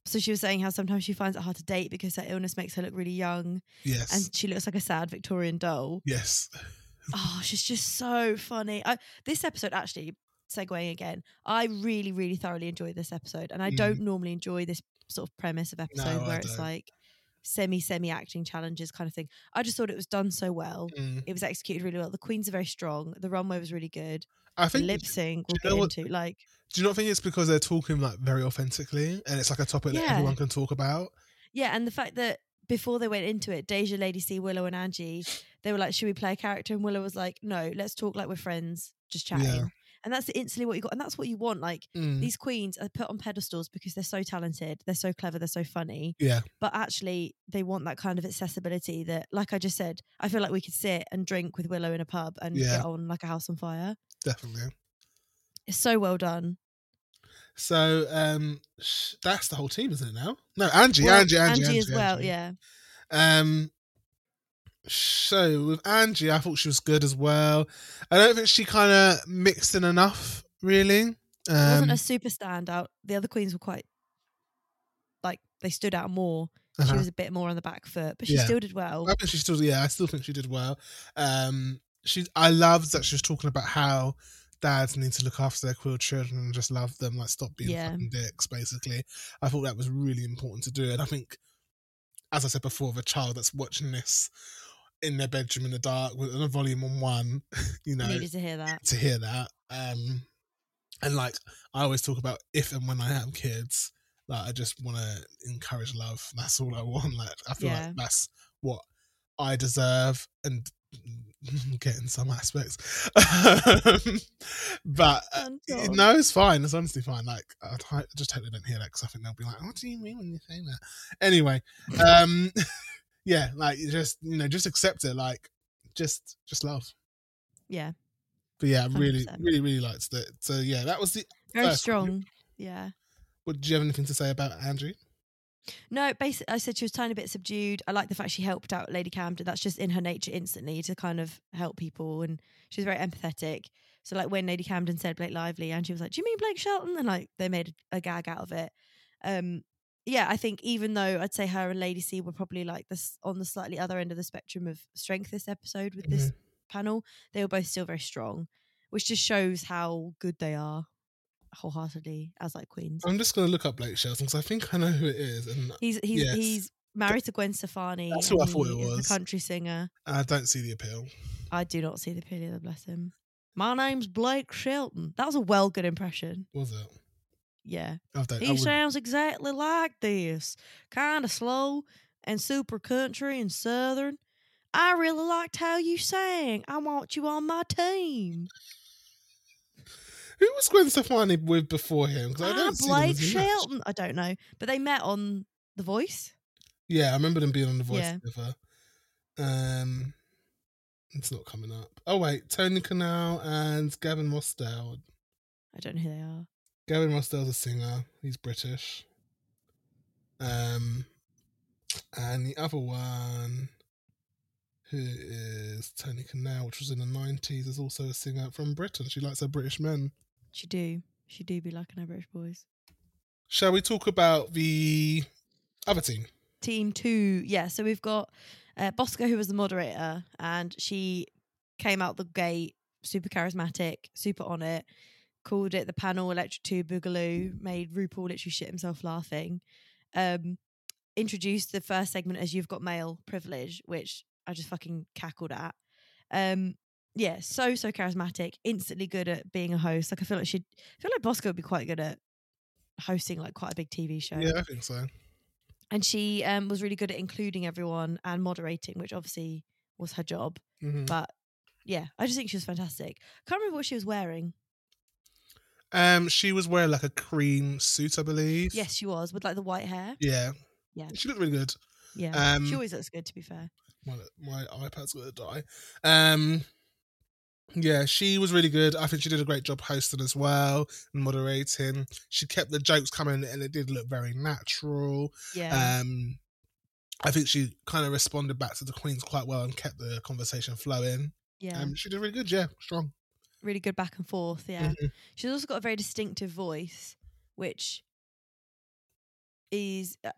S2: so she was saying how sometimes she finds it hard to date because her illness makes her look really young
S1: yes
S2: and she looks like a sad Victorian doll.
S1: yes
S2: Oh, she's just so funny. I, this episode actually segueing again. I really, really thoroughly enjoyed this episode, and I
S1: Mm.
S2: don't normally enjoy this sort of premise of episode
S1: I
S2: where it's
S1: don't.
S2: like semi, semi acting challenges kind of thing. I just thought it was done so well.
S1: Mm.
S2: It was executed really well. The queens are very strong. The runway was really good.
S1: i
S2: The
S1: think
S2: lip sync
S1: you
S2: we'll
S1: know
S2: get
S1: what-
S2: into like
S1: do you not think it's because they're talking like very authentically and it's like a topic that
S2: Yeah.
S1: everyone can talk about
S2: yeah, and the fact that before they went into it, Deja, Lady C, Willow, and Angie, they were like, "Should we play a character?" And Willow was like, "No, let's talk like we're friends, just
S1: Yeah.
S2: chatting." and that's instantly what you got, and that's what you want. Like
S1: Mm.
S2: these queens are put on pedestals because they're so talented, they're so clever, they're so funny.
S1: Yeah.
S2: But actually, they want that kind of accessibility that, like I just said, I feel like we could sit and drink with Willow in a pub and
S1: Yeah.
S2: get on like a house on fire.
S1: Definitely.
S2: It's so well done.
S1: So um, sh- that's the whole team, isn't it? Now, no, Angie,
S2: Well,
S1: Angie, Angie,
S2: as well, yeah.
S1: yeah. Um, so with Angie, I thought she was good as well. I don't think she kind of mixed in enough, really.
S2: It
S1: Um,
S2: wasn't a super standout. The other queens were quite like they stood out more.
S1: uh-huh.
S2: She was a bit more on the back foot, but she
S1: Yeah.
S2: still did well.
S1: I think she still, yeah, I still think she did well. Um, she, I loved that she was talking about how dads need to look after their queer children and just love them, like stop being
S2: Yeah.
S1: fucking dicks. Basically, I thought that was really important to do, and I think, as I said before, the child that's watching this in their bedroom in the dark with a volume on one, [laughs] you know,
S2: Needed to hear that.
S1: to hear that. Um, and like I always talk about, if and when I have kids, like I just want to encourage love. [laughs] That's all I want. Like I feel
S2: Yeah.
S1: like that's what I deserve, and [laughs] get in some aspects. [laughs] but uh,
S2: Dun,
S1: it-
S2: dun.
S1: no, it's fine. It's honestly fine. Like I t- I just hope they don't hear that because I think they'll be like, "What do you mean when you say that?"
S2: [laughs]
S1: Anyway, um, [laughs] yeah, like you just you know, just accept it. Like just just love.
S2: Yeah,
S1: But yeah, I really,
S2: 100%.
S1: really, really liked that. So yeah, that was the.
S2: very
S1: First one, you-
S2: strong. Yeah.
S1: What, do you have anything to say about Andrew?
S2: No, basically, I said she was tiny bit subdued. I like the fact she helped out Lady Camden. That's just in her nature instantly to kind of help people, and she was very empathetic. So, like when Lady Camden said Blake Lively, and she was like, "Do you mean Blake Shelton?" and like they made a, a gag out of it. Um, yeah, I think even though I'd say her and Lady C were probably like this on the slightly other end of the spectrum of strength this episode with this panel, they were both still very strong, which just shows how good they are wholeheartedly as like queens.
S1: I'm just gonna look up Blake Shelton because I think I know who it is, and
S2: He's he's
S1: Yes.
S2: he's married to Gwen Stefani.
S1: That's who I
S2: and
S1: thought
S2: he
S1: it
S2: is
S1: was.
S2: The country singer.
S1: I don't see the appeal.
S2: I do not see the appeal either. Bless him. My name's Blake Shelton. That was a well good impression.
S1: Was it?
S2: Yeah,
S1: I don't. I
S2: he
S1: would,
S2: sounds exactly like this. Kind of slow and super country and southern. I really liked how you sang. I want you on my team.
S1: who was Gwen Stefani with before him? Because I
S2: I'm
S1: don't see them
S2: Ah, Blake
S1: as much.
S2: Shelton. I don't know, but they met on The Voice.
S1: Yeah, I remember them being on the voice
S2: Yeah.
S1: together. Um, it's not coming up. Oh wait, Tony Canal and Gavin Rossdale.
S2: I don't know who they are.
S1: Gavin Rossdale's a singer. He's British. Um, and the other one, who is Tony Canal, which was in the nineties, is also a singer from Britain. She likes her British men.
S2: She do. She do be liking her British boys.
S1: Shall we talk about the other team?
S2: team two. Yeah, so we've got uh, Bosco, who was the moderator, and she came out the gate super charismatic, super on it. Called it the panel electric two boogaloo. Made RuPaul literally shit himself laughing. Um, introduced the first segment as you've got male privilege, which I just fucking cackled at. Um, yeah, so so charismatic, instantly good at being a host. Like I feel like she, would I feel like Bosco would be quite good at hosting like quite a big TV show
S1: Yeah, I think so.
S2: and she um, was really good at including everyone and moderating, which obviously was her job.
S1: hmm
S2: But yeah, I just think she was fantastic. Can't remember what she was wearing.
S1: Um, she was wearing like a cream suit, I believe.
S2: Yes, she was with like the white hair.
S1: Yeah.
S2: Yeah.
S1: She looked really good.
S2: Yeah,
S1: Um,
S2: she always looks good. To be fair,
S1: my my iPad's gonna die. Um, yeah, she was really good. I think she did a great job hosting as well and moderating. She kept the jokes coming, and it did look very natural.
S2: yeah,
S1: Um, I think she kind of responded back to the queens quite well and kept the conversation flowing.
S2: yeah,
S1: Um, she did really good. Yeah, strong.
S2: really good back and forth. Yeah,
S1: Mhm.
S2: she's also got a very distinctive voice, which is. Uh,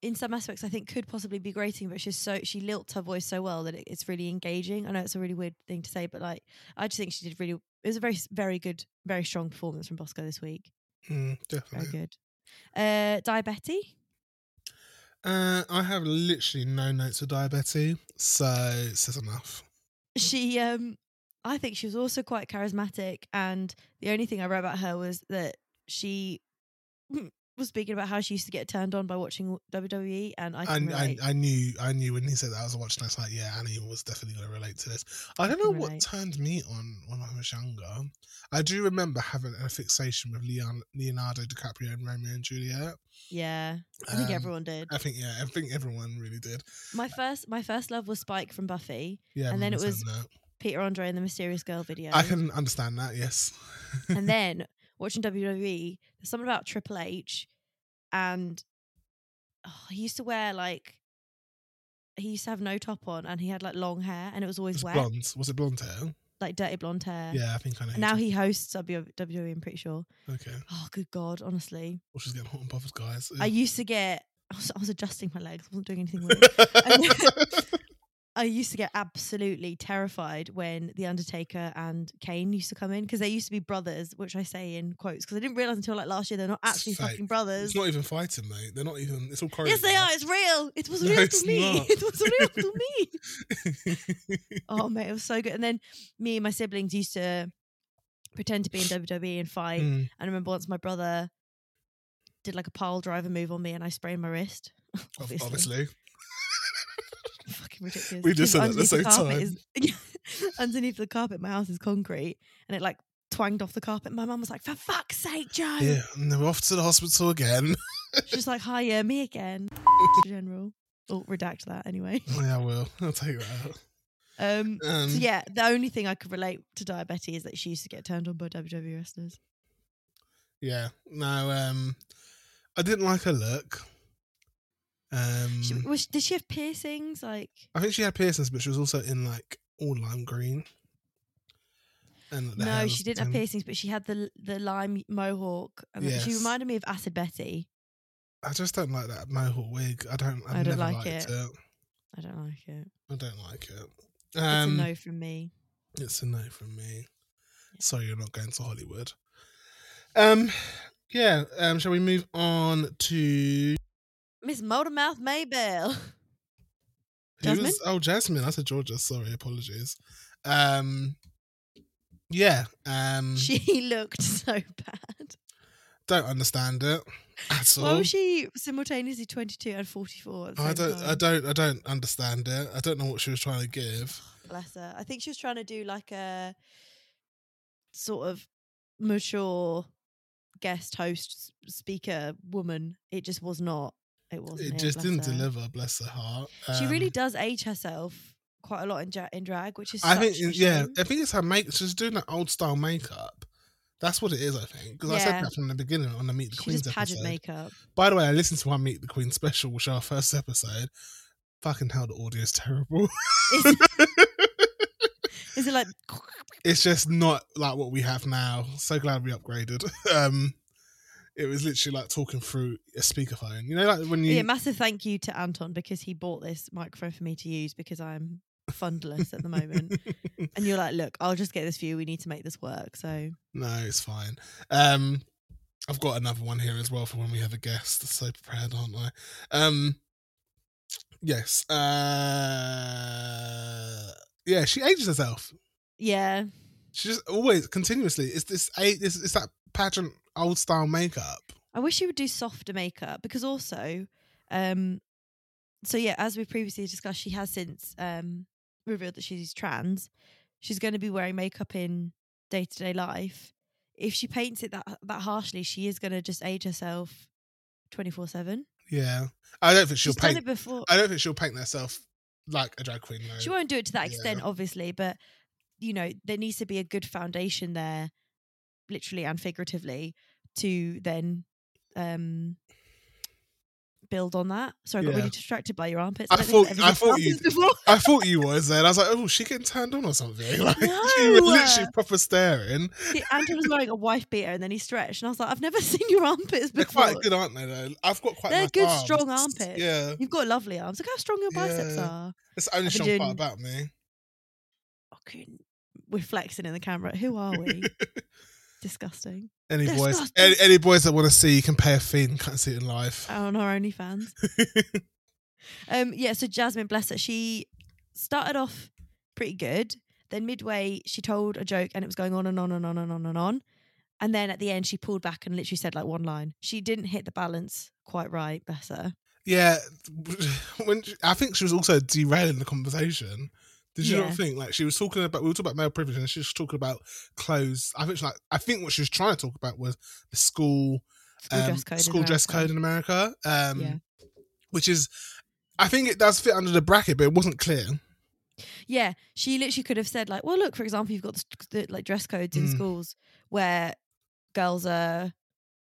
S2: in some aspects, I think could possibly be grating, but she's so she lilts her voice so well that it, it's really engaging. I know it's a really weird thing to say, but like I just think she did really. It was a very, s- very good, very strong performance from Bosco this week.
S1: Mm,
S2: Very
S1: definitely.
S2: good. Uh, Diabetti.
S1: Uh, I have literally no notes for diabetes, so it says enough.
S2: She, um, I think she was also quite charismatic, and the only thing I wrote about her was that she was speaking about how she used to get turned on by watching WWE, E, and I can
S1: And I,
S2: relate.
S1: I knew I knew when he said that I was watching. I was like, yeah, Annie was definitely going to relate to this. I don't
S2: can
S1: know what
S2: relate.
S1: turned me on when I was younger. I do remember having a fixation with Leon, Leonardo DiCaprio and Romeo and Juliet.
S2: yeah, I think
S1: Um,
S2: everyone did.
S1: I think yeah, I think everyone really did.
S2: My first, my first love was Spike from Buffy,
S1: Yeah, I
S2: And then
S1: remember
S2: it was-
S1: saying that.
S2: Peter Andre and the Mysterious Girl video,
S1: I can understand that. Yes. [laughs]
S2: and then watching WWE. There's something about Triple H, and oh, he used to wear like he used to have no top on, and he had like long hair, and it was
S1: It
S2: always
S1: was
S2: wet,
S1: blonde. Was it blonde hair?
S2: like dirty blonde hair.
S1: Yeah, I think I know.
S2: And now he hosts WWE. I'm pretty sure.
S1: Okay.
S2: Oh, good God, honestly.
S1: Well, she's getting hot and bothered, guys. [laughs]
S2: I used to get, I was, I was adjusting my legs, I wasn't doing anything weird.
S1: I
S2: I used to get absolutely terrified when The Undertaker and Kane used to come in because they used to be brothers, which I say in quotes because I didn't realize until like last year they're not
S1: It's
S2: actually
S1: fake.
S2: fucking brothers.
S1: It's not even fighting, mate. They're not even. It's all choreographed.
S2: Yes, they are. It's real. It was
S1: No,
S2: real
S1: it's
S2: to me.
S1: not.
S2: [laughs] It was real
S1: [laughs]
S2: to me. Oh, mate, it was so good. And then me and my siblings used to pretend to be in WWE and fight.
S1: Hmm.
S2: And I remember once my brother did like a pile driver move on me and I sprained my wrist.
S1: Ob-
S2: Obviously.
S1: Obviously.
S2: [laughs] Fucking ridiculous.
S1: We just said that at the
S2: Underneath
S1: same
S2: carpet [laughs] Is, underneath the carpet, my house is concrete and it like twanged off the carpet. My mum was like, for fuck's sake, Joe.
S1: Yeah, and then we're off to the hospital again. [laughs]
S2: She's like, hi, yeah, me again. General. Oh, redact
S1: [laughs]
S2: that anyway.
S1: yeah, I will. I'll take that out.
S2: Um,
S1: Um,
S2: so yeah, the only thing I could relate to diabetes is that she used to get turned on by WWE wrestlers.
S1: Yeah. No, um, I didn't like her look. Um,
S2: She, was, did she have piercings? Like,
S1: I think she had piercings, but she was also in like all lime green. And the hair
S2: no,
S1: was
S2: she didn't have
S1: done-
S2: piercings, but she had the the lime mohawk. And She
S1: Yes.
S2: reminded me of Acid Betty.
S1: I just don't like that mohawk wig. I don't. I've
S2: I don't
S1: never
S2: like
S1: liked
S2: it.
S1: it.
S2: I don't like it.
S1: I don't like it.
S2: It's
S1: Um,
S2: a no from me.
S1: It's a no from me. Sorry, you're not going to Hollywood. Um, yeah. Um, shall we move on to
S2: Miss Motormouth Maybell. [laughs]
S1: who
S2: Jasmine?
S1: was- oh, Jasmine. I said Georgia. Sorry, apologies. Um, yeah. Um,
S2: She looked so bad.
S1: don't understand it at all.
S2: Why was she simultaneously 22 and 44? At the
S1: I
S2: same
S1: don't.
S2: Time?
S1: I don't. I don't understand it. I don't know what she was trying to give.
S2: [sighs] Bless her. I think she was trying to do like a sort of mature guest host s- speaker woman. It just was not. It wasn't.
S1: It just
S2: Oh, bless
S1: didn't
S2: her.
S1: deliver. Bless her heart.
S2: she really
S1: Um,
S2: does age herself quite a lot in, ja- in drag, which is.
S1: I
S2: such
S1: think
S2: a
S1: yeah,
S2: shame.
S1: I think it's her make. She's doing that old style makeup. That's what it is, I think. Because I
S2: Yeah.
S1: said that from the beginning on the Meet the
S2: She
S1: Queens
S2: does pageant
S1: episode.
S2: makeup.
S1: By the way, I listened to our Meet the Queen special, which is our first episode. Fucking hell, the audio is terrible.
S2: Is, is it like?
S1: [laughs] it's just not like what we have now. So glad we upgraded. [laughs] um, it was literally like talking through a speakerphone. You know, like when you
S2: [laughs] Yeah, massive thank you to Anton because he bought this microphone for me to use because I'm fundless at
S1: [laughs]
S2: the moment. And you're like, look, I'll just get this for you. We need to make this work. So
S1: No, it's fine. Um, I've got another one here as well for when we have a guest. So prepared, aren't I? Um, yes. Uh, yeah, she ages herself.
S2: yeah,
S1: She just always continuously. It's this. a- It's, it's that pageant old style makeup.
S2: I wish you would do softer makeup because also, um, so yeah, as we previously discussed, she has since um revealed that she's trans. She's going to be wearing makeup in day to day life. If she paints it that that harshly, she is going to just age herself twenty four seven.
S1: Yeah, I don't think she'll
S2: She's done
S1: paint.
S2: it before.
S1: I don't think she'll paint herself like a drag queen. Though.
S2: She won't do it to that extent,
S1: Yeah.
S2: obviously, but you know, there needs to be a good foundation there, literally and figuratively, to then um build on that. Sorry, I got
S1: Yeah.
S2: really distracted by your armpits.
S1: I
S2: don't think
S1: thought-
S2: I've
S1: I
S2: ever said
S1: thought you
S2: armpits before.
S1: I thought you was then. I was like, oh, she getting turned on or something. [laughs] Like she
S2: No.
S1: was literally proper staring.
S2: See, Anton was wearing a wife beater and then he stretched, and I was like, I've never [laughs] seen your armpits
S1: They're
S2: before.
S1: quite good, aren't they? Though I've got quite.
S2: They're
S1: nice
S2: good,
S1: arms.
S2: strong armpits.
S1: Yeah,
S2: You've got lovely arms. Look how strong your biceps
S1: Yeah.
S2: are.
S1: that's the only
S2: I've been
S1: strong part
S2: doing-
S1: about me.
S2: Fucking- We're flexing in the camera. Who are
S1: [laughs]
S2: we? Disgusting.
S1: any
S2: That's
S1: boys,
S2: not-
S1: any, any boys that want to see, you can pay a fee and can't see it in live.
S2: on
S1: [laughs]
S2: our OnlyFans. um, yeah, so Jasmine, bless her, she started off pretty good. Then midway, she told a joke and it was going on and on and on and on and on. And then at the end, she pulled back and literally said like one line. She didn't hit the balance quite right, bless her.
S1: Yeah, [laughs] when she- I think she was also derailing the conversation. Did you
S2: Yeah.
S1: not think like she was talking about? We were talking about male privilege, and she was talking about clothes. I think she, like I think what she was trying to talk about was the school
S2: School
S1: um,
S2: dress code. as
S1: school
S2: well,
S1: dress
S2: so-
S1: code in America. Um,
S2: Yeah.
S1: which is, I think it does fit under the bracket, but it wasn't clear.
S2: Yeah, she literally could have said like, well, look, for example, you've got the, st- the like dress codes in
S1: Mm.
S2: schools where girls are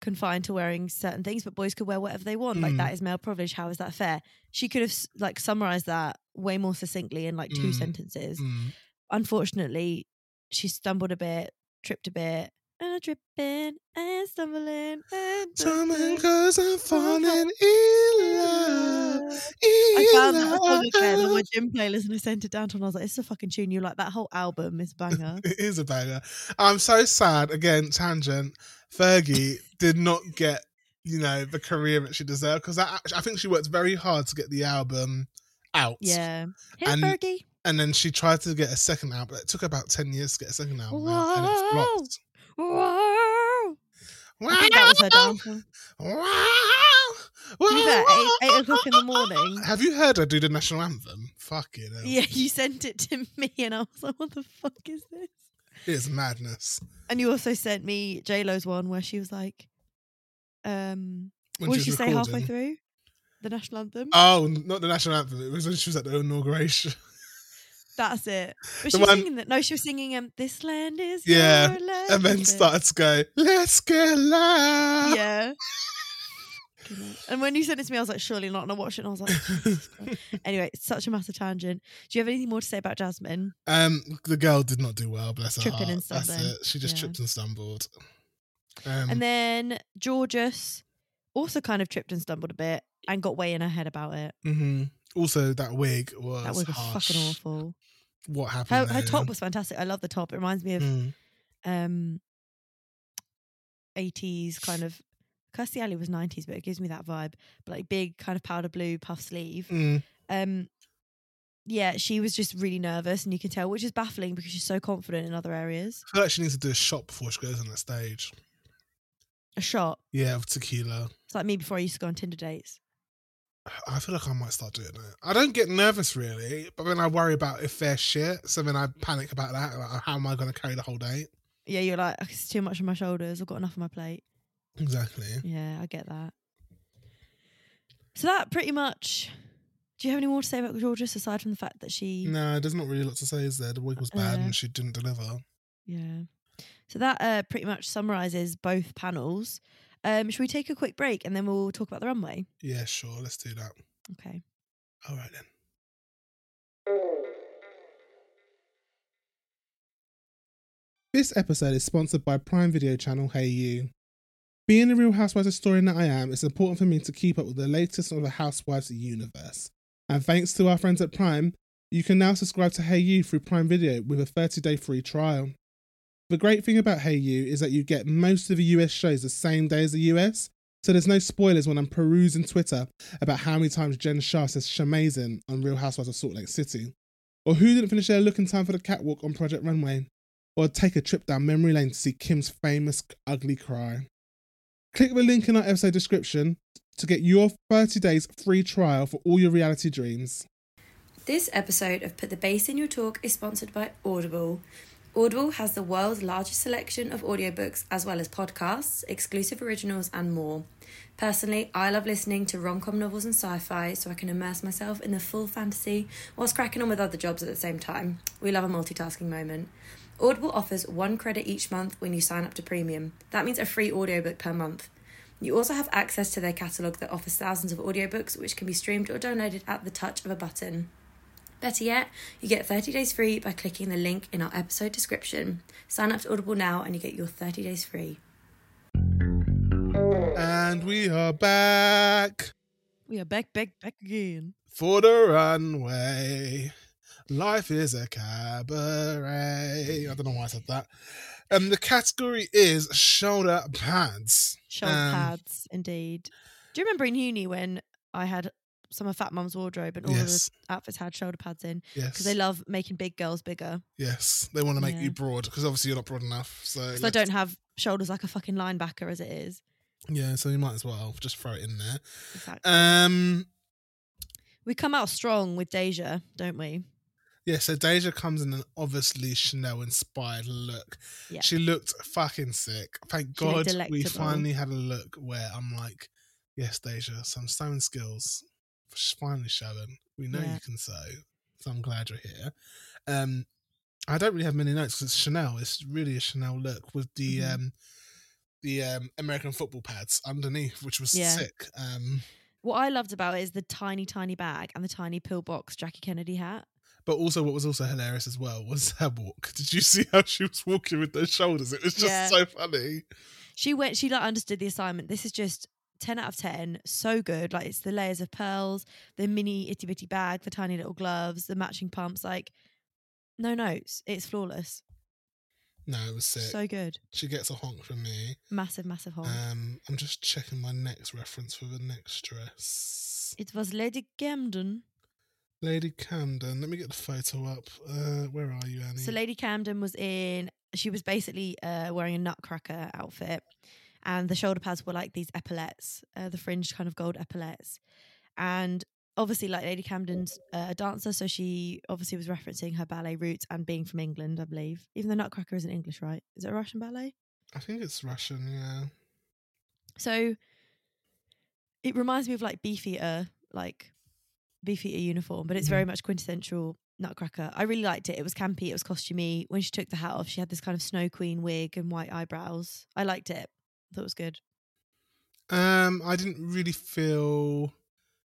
S2: confined to wearing certain things, but boys could wear whatever they want. Like
S1: Mm.
S2: that is male privilege. How is that fair? She could have s- like summarized that way more succinctly in like two
S1: Mm.
S2: sentences.
S1: Mm.
S2: Unfortunately, she stumbled a bit, tripped a bit. And tripping and stumbling and
S1: Something
S2: tripping.
S1: because
S2: [laughs]
S1: I'm falling in love.
S2: I found
S1: in
S2: that song again on
S1: love.
S2: my gym playlist and I sent it down to her and I was like, it's a fucking tune. You're like, that whole album is a [laughs] banger.
S1: It is a banger. I'm so sad. Again, tangent.
S2: [laughs]
S1: Fergie did not get, you know, the career that she deserved because I, I think she worked very hard to get the album out.
S2: yeah. Hey,
S1: And-
S2: Fergie.
S1: And then she tried to get a second album. It took her about 10 years to get a second album out, and it
S2: Wow.
S1: flopped.
S2: Wow.
S1: Wow.
S2: I think that was [laughs] her downfall.
S1: Wow.
S2: To be fair,
S1: Wow.
S2: eight, eight o'clock in the morning.
S1: Have you heard her do the national anthem? Fucking hell.
S2: Yeah, you sent it to [laughs] me and I was like, what the fuck is this?
S1: It is madness.
S2: And you also sent me J-Lo's one where she was like, um,
S1: When
S2: what did
S1: she
S2: she Uh,
S1: was
S2: say halfway
S1: recording.
S2: through? The national anthem?
S1: Oh, not the national anthem. It was when she was at the inauguration.
S2: That's it. Was
S1: The
S2: she
S1: one-
S2: singing that? No, she was singing um, "This Land Is
S1: Yeah,
S2: Your Land."
S1: and then
S2: is it?
S1: started to go, let's get loud.
S2: [laughs] Yeah. and when you sent it to me, I was like, surely not. And I watched it and I was like, Jesus Christ. anyway, it's such a massive tangent. Do you have anything more to say about Jasmine?
S1: [laughs] Um, the girl did not do well, bless her
S2: Tripping
S1: heart.
S2: and
S1: That's
S2: stumbling.
S1: it. She just
S2: Yeah.
S1: tripped and stumbled. Um,
S2: And then Georges also kind of tripped and stumbled a bit and got way in her head about it.
S1: mhm. also that wig was,
S2: That was
S1: harsh.
S2: fucking awful.
S1: What
S2: Her,
S1: happened?
S2: her
S1: there?
S2: top was fantastic. I love the top. It reminds me of
S1: Mm.
S2: um 80s kind of Kirstie Alley was 90s, but it gives me that vibe. But like big kind of powder blue puff sleeve.
S1: Mm.
S2: um yeah she was just really nervous and you can tell which is baffling because she's so confident in other areas
S1: I feel like she needs to do a shot before she goes on that stage.
S2: a shot
S1: Yeah, of tequila.
S2: it's like me before i used to go on tinder dates
S1: I feel like I might start doing it. I don't get nervous really, but then I worry about if they're shit. So then I panic about that. Like, oh, how am I going to carry the whole day?
S2: yeah you're like "Ugh, it's too much on my shoulders i've got enough on my plate
S1: Exactly.
S2: yeah i get that so that pretty much do you have any more to say about georges aside from the fact that she
S1: No, there's not really a lot to say, is there? The wig was bad
S2: Uh,
S1: and she didn't deliver.
S2: yeah so that uh, pretty much summarizes both panels um should we take a quick break and then we'll talk about the runway
S1: Yeah, sure, let's do that.
S2: okay
S1: All right then. This episode is sponsored by Prime Video channel Hey You. Being a Real Housewives historian that I am, it's important for me to keep up with the latest of the Housewives universe. And thanks to our friends at Prime, you can now subscribe to Hey You through Prime Video with a 30 day free trial. The great thing about Hey You is that you get most of the US shows the same day as the US, so there's no spoilers when I'm perusing Twitter about how many times Jen Shah says shamazing on Real Housewives of Salt Lake City, or who didn't finish their look in time for the catwalk on Project Runway, or take a trip down memory lane to see Kim's famous ugly cry. Click the link in our episode description to get your 30 days free trial for all your reality dreams.
S3: This episode of Put the Bass in Your Talk is sponsored by Audible. Audible has the world's largest selection of audiobooks as well as podcasts, exclusive originals, and more. Personally, I love listening to rom com novels and sci fi so I can immerse myself in the full fantasy whilst cracking on with other jobs at the same time. We love a multitasking moment. Audible offers one credit each month when you sign up to premium. That means a free audiobook per month. You also have access to their catalogue that offers thousands of audiobooks which can be streamed or downloaded at the touch of a button. Better yet, you get 30 days free by clicking the link in our episode description. Sign up to Audible now and you get your 30 days free.
S1: And we are back
S2: we are back back back again
S1: for the runway. Life is a cabaret. I don't know why I said that. Um, the category is shoulder pads.
S2: Shoulder
S1: Um,
S2: pads, indeed. Do you remember in uni when I had some of Fat Mum's wardrobe and all
S1: Yes.
S2: of the outfits had shoulder pads in
S1: Yes.
S2: because they love making big girls bigger?
S1: Yes, they want to make
S2: Yeah.
S1: you broad because obviously you're not broad enough. So
S2: Because I
S1: let's-
S2: don't have shoulders like a fucking linebacker as it is.
S1: Yeah, so you might as well just throw it in there.
S2: Exactly.
S1: Um,
S2: we come out strong with Deja, don't we?
S1: yeah, so Deja comes in an obviously Chanel inspired look.
S2: Yeah.
S1: She looked fucking sick. Thank
S2: She
S1: God
S2: looked
S1: we
S2: delectable.
S1: finally had a look where I'm like, yes, Deja, some sewing skills She's finally showing. We know
S2: Yeah.
S1: you can sew, so I'm glad you're here. Um, I don't really have many notes because it's Chanel. It's really a Chanel look with the
S2: Mhm.
S1: um, the um, American football pads underneath, which was
S2: Yeah.
S1: sick. Um,
S2: What I loved about it is the tiny, tiny bag and the tiny pillbox Jackie Kennedy hat.
S1: But also, what was also hilarious as well was [laughs] her walk. Did you see how she was walking with those shoulders? It was just
S2: Yeah.
S1: so funny.
S2: She went. She like understood the assignment. This is just ten out of ten. So good. Like it's the layers of pearls, the mini itty bitty bag, the tiny little gloves, the matching pumps. Like no notes. It's flawless.
S1: No, it was sick.
S2: So Oh. good.
S1: she gets a honk from me.
S2: Massive, massive honk.
S1: Um, I'm just checking my next reference for the next dress.
S2: it was Lady Camden.
S1: Lady Camden. Let me get the photo up. Uh, where are you, Annie?
S2: So Lady Camden was in. She was basically uh, wearing a nutcracker outfit, and the shoulder pads were like these epaulettes, uh, the fringed kind of gold epaulettes, and obviously like Lady Camden's uh, a dancer, so she obviously was referencing her ballet roots and being from England, I believe. Even though Nutcracker isn't English, right? Is it a Russian ballet?
S1: I think it's Russian. Yeah.
S2: So it reminds me of like Beefeater, like Beefeater uniform, but it's very much quintessential Nutcracker. I really liked it. It was campy, it was costumey. When she took the hat off, she had this kind of Snow Queen wig and white eyebrows. I liked it. Thought it was good.
S1: Um, I didn't really feel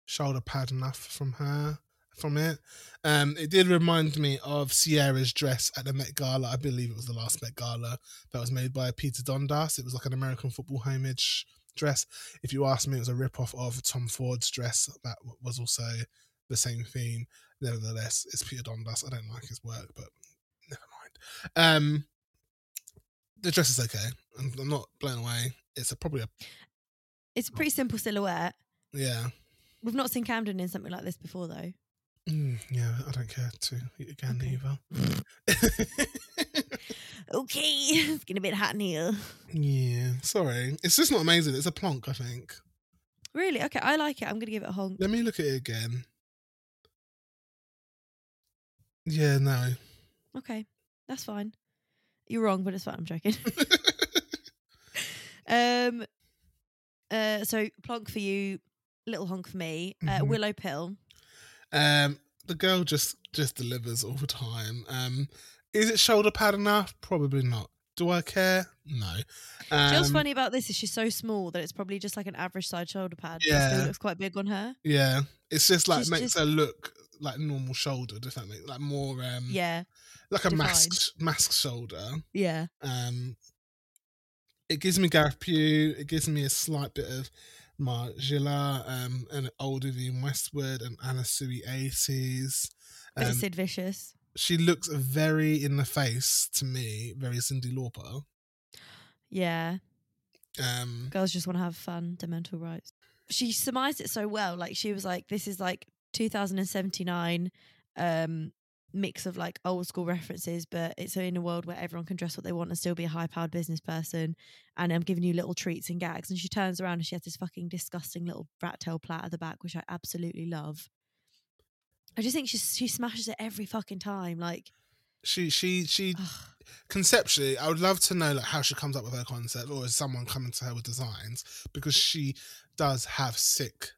S1: shoulder pad enough from her from it. Um, it did remind me of Sierra's dress at the Met Gala. I believe it was the last Met Gala that was made by Peter Dondas. It was like an American football homage dress. If you ask me, it was a rip off of Tom Ford's dress that w- was also the same theme. Nevertheless, it's Peter Dondas. I don't like his work, but never mind. Um, the dress is okay. I'm, I'm not blown away. It's a, probably a
S2: It's a pretty simple silhouette.
S1: yeah.
S2: We've not seen Camden in something like this before, though.
S1: Mm, yeah, I don't care to eat again
S2: Okay. [laughs]
S1: either.
S2: Okay, [laughs] it's getting a bit hot in here.
S1: yeah, sorry. It's just not amazing. It's a plonk, I think.
S2: Really? Okay, I like it. I'm going to give it a honk.
S1: Let me look at it again. Yeah, no. [laughs]
S2: Okay, that's fine. You're wrong, but it's fine. I'm joking. Um. Uh. So plonk for you, little honk for me. Uh,
S1: Mhm.
S2: Willow pill.
S1: um, the girl just just delivers all the time. Um, is it shoulder pad enough? Probably not. Do I care? No. Um,
S2: What's funny about this is she's so small that it's probably just like an average size shoulder pad. but it
S1: Yeah.
S2: still looks quite big on her.
S1: Yeah, it's just like
S2: She's
S1: makes
S2: just-
S1: her look like normal shouldered. If that makes like more um
S2: Yeah,
S1: like a
S2: defined.
S1: mask mask shoulder.
S2: yeah.
S1: Um, it gives me Gareth Pugh. It gives me a slight bit of Mark Gillard, um, and older Vivian Westwood and Anna Sui 80s.
S2: Bit of
S1: Um,
S2: Sid Vicious.
S1: she looks very in the face to me, very Cindy Lauper.
S2: Yeah,
S1: Um,
S2: girls just want to have fun. Demental rights. She surmised it so well. Like she was like, "This is like 2079." Um. Mix of like old school references, but it's in a world where everyone can dress what they want and still be a high powered business person. and I'm giving you little treats and gags. And she turns around and she has this fucking disgusting little rat tail plait at the back, which I absolutely love. I just think she she smashes it every fucking time. Like,
S1: she she she
S2: ugh.
S1: conceptually, I would love to know like how she comes up with her concept, or is someone coming to her with designs because she does have sick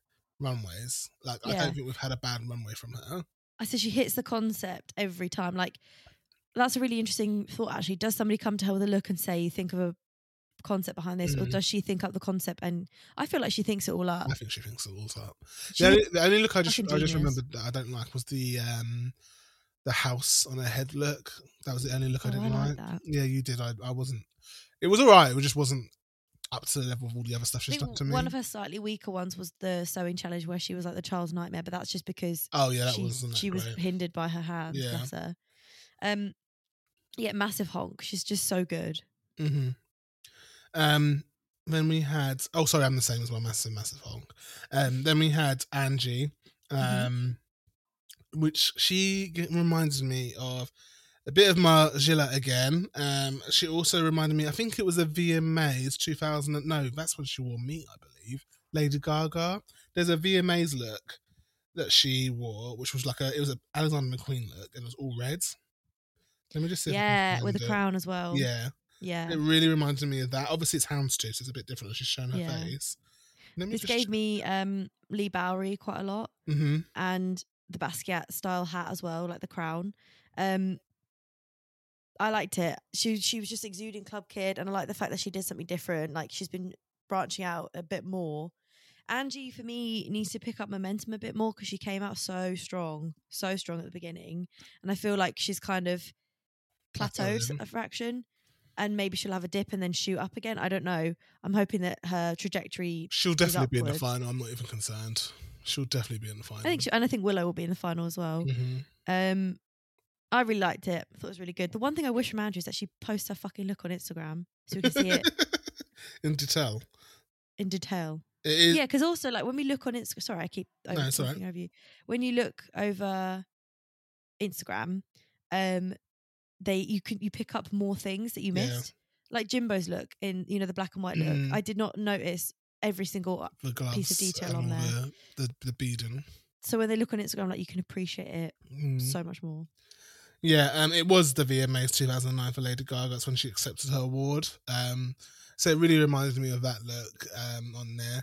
S1: runways. Like I
S2: Yeah.
S1: don't think we've had a bad runway from her.
S2: I said she hits the concept every time. Like, that's a really interesting thought. Actually, does somebody come to her with a look and say, "Think of a concept behind this," or
S1: Mhm.
S2: does she think up the concept? And I feel like she thinks it all up.
S1: I think she thinks it all's up.
S2: She
S1: The only, the only look I just
S2: fucking
S1: I just
S2: genius.
S1: remembered that I don't like was the um the house on her head look. That was the only look I
S2: Oh, I
S1: didn't like.
S2: like that.
S1: Yeah, you did. I I wasn't. It was alright. It just wasn't up to the level of all the other stuff
S2: I
S1: she's
S2: think
S1: done to me.
S2: one of her slightly weaker ones was the sewing challenge where she was like the child's nightmare, but that's just because
S1: oh yeah, that
S2: she,
S1: wasn't. That
S2: she was
S1: great.
S2: hindered by her hands.
S1: Yeah.
S2: Bless her. Um, yeah, massive honk. She's just so good.
S1: hmm Um, then we had. Oh, sorry, I'm the same as well. Massive, massive honk. Um, then we had
S2: Mm-hmm.
S1: Angie, um, which she g- reminds me of a bit of Margilla again. Um, she also reminded me. I think it was a VMAs 2000. and- No, that's when she wore meat, I believe. Lady Gaga. There's a VMAs look that she wore, which was like a. It was an Alexander McQueen look, and it was all reds. Let me just see. if I can
S2: yeah, with a
S1: find it.
S2: crown as well.
S1: uh, Yeah,
S2: yeah.
S1: it really reminded me of that. Obviously, it's houndstooth, so it's a bit different. She's showing her
S2: Yeah.
S1: face. Let
S2: This gave me um Lee Bowery quite a lot,
S1: hmm
S2: and the Basquiat style hat as well, like the crown. Um, I liked it. She she was just exuding club kid, and I like the fact that she did something different. Like she's been branching out a bit more. Angie for me needs to pick up momentum a bit more because she came out so strong, so strong at the beginning, and I feel like she's kind of plateaued
S1: Plateaued.
S2: a fraction. And maybe she'll have a dip and then shoot up again. I don't know. I'm hoping that her trajectory
S1: She'll definitely be in the
S2: upwards.
S1: final. I'm not even concerned. She'll definitely be in the final.
S2: I think, she, and I think Willow will be in the final as well.
S1: hmm
S2: Um, I really liked it. I thought it was really good. The one thing I wish from Andrew is that she posts her fucking look on Instagram so we can see
S1: [laughs]
S2: it
S1: in detail.
S2: in detail.
S1: It
S2: Yeah,
S1: is,
S2: 'cause yeah, because also like when we look on Instagram, sorry, I keep over,
S1: No, it's all right.
S2: talking over you. When you look over Instagram, um, they you can you pick up more things that you
S1: Yeah.
S2: missed, like Jimbo's look in you know the black and white look.
S1: Mm.
S2: I did not notice every single.
S1: the gloves
S2: piece of detail
S1: and
S2: on
S1: all
S2: there.
S1: The, the the beading.
S2: So when they look on Instagram, like you can appreciate it
S1: Mm.
S2: so much more.
S1: Yeah, um, it was the VMAs 2009 for Lady Gaga. That's when she accepted her award. Um, so it really reminded me of that look um, on there.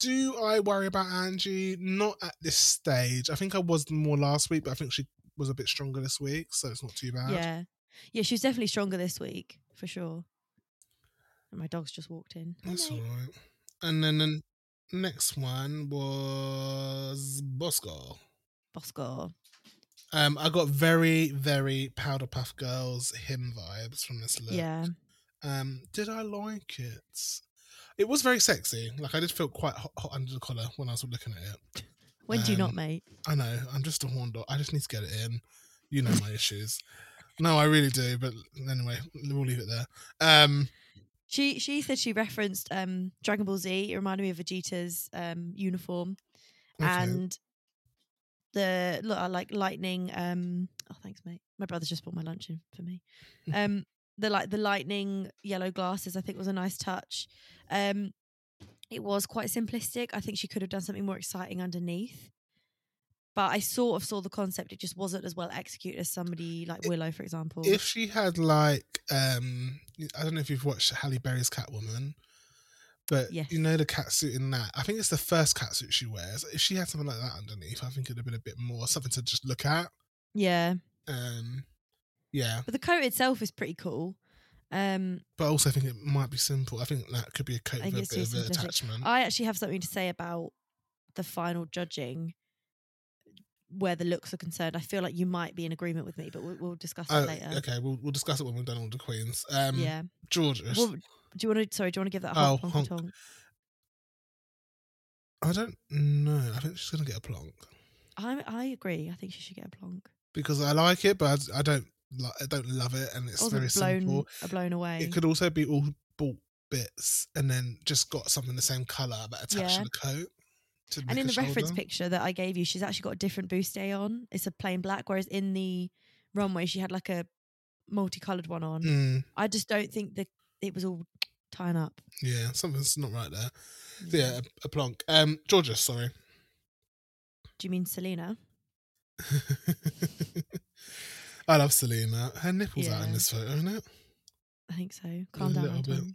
S1: Do I worry about Angie? Not at this stage. I think I was more last week, but I think she was a bit stronger this week, so it's not too bad.
S2: Yeah. Yeah, she was definitely stronger this week, for sure. And my dog's just walked in. Hi,
S1: That's all
S2: mate.
S1: right. And then the next one was Bosco.
S2: Bosco.
S1: Um, I got very, very Powder Puff Girls hymn vibes from this look.
S2: Yeah.
S1: Um, did I like it? It was very sexy. Like I did feel quite hot, hot under the collar when I was looking at it.
S2: When do you not,
S1: Um,
S2: mate?
S1: I know I'm just a horn dog. I just need to get it in. You know my issues. No, I really do. But anyway, we'll leave it there. Um,
S2: She she said she referenced um Dragon Ball Z. It reminded me of Vegeta's um uniform.
S1: okay.
S2: And the look I like lightning um oh thanks, mate. My brother's just brought my lunch in
S1: [laughs]
S2: for me. Um the like the lightning yellow glasses I think was a nice touch. Um it was quite simplistic. I think she could have done something more exciting underneath. But I sort of saw the concept. It just wasn't as well executed as somebody like
S1: I-
S2: Willow, for example.
S1: if she had like um I don't know if you've watched Halle Berry's Catwoman, but
S2: Yes.
S1: you know the catsuit in that. I think it's the first catsuit she wears. If she had something like that underneath, I think it'd have been a bit more something to just look at.
S2: yeah.
S1: Um yeah,
S2: But the coat itself is pretty cool. Um
S1: but I also think it might be simple. I think that could be a coat
S2: I
S1: with a
S2: think it's
S1: bit of
S2: too
S1: an
S2: simplistic.
S1: attachment.
S2: I actually have something to say about the final judging where the looks are concerned. I feel like you might be in agreement with me, but we'll, we'll discuss it
S1: Oh,
S2: later.
S1: okay, we'll we'll discuss it when we've done all the queens. Um
S2: yeah.
S1: Georges.
S2: Well, do you want to? Sorry, do you want to give that a honk,
S1: Oh, honk.
S2: honk, honk?
S1: I don't know. I think she's gonna get a plonk.
S2: I I agree. I think she should get a plonk.
S1: Because I like it, but I, I don't li- I don't love it and it's
S2: I
S1: very
S2: wasn't
S1: simple.
S2: blown, uh, blown away.
S1: It could also be all bought bits and then just got something the same colour but attached to
S2: Yeah.
S1: the coat. To
S2: and
S1: make
S2: in
S1: a
S2: the reference
S1: shoulder.
S2: picture that I gave you, she's actually got a different bustier on. It's a plain black, whereas in the runway she had like a multicolored one on.
S1: Mm,
S2: I just don't think that it was all tying up.
S1: yeah, something's not right there. Yeah, a, a plonk. Um, Georgia, sorry.
S2: Do you mean Selena?
S1: [laughs] I love Selena. Her nipples out in
S2: Yeah.
S1: this photo, isn't it?
S2: I think so. Calm down,
S1: little bit.
S2: Anton.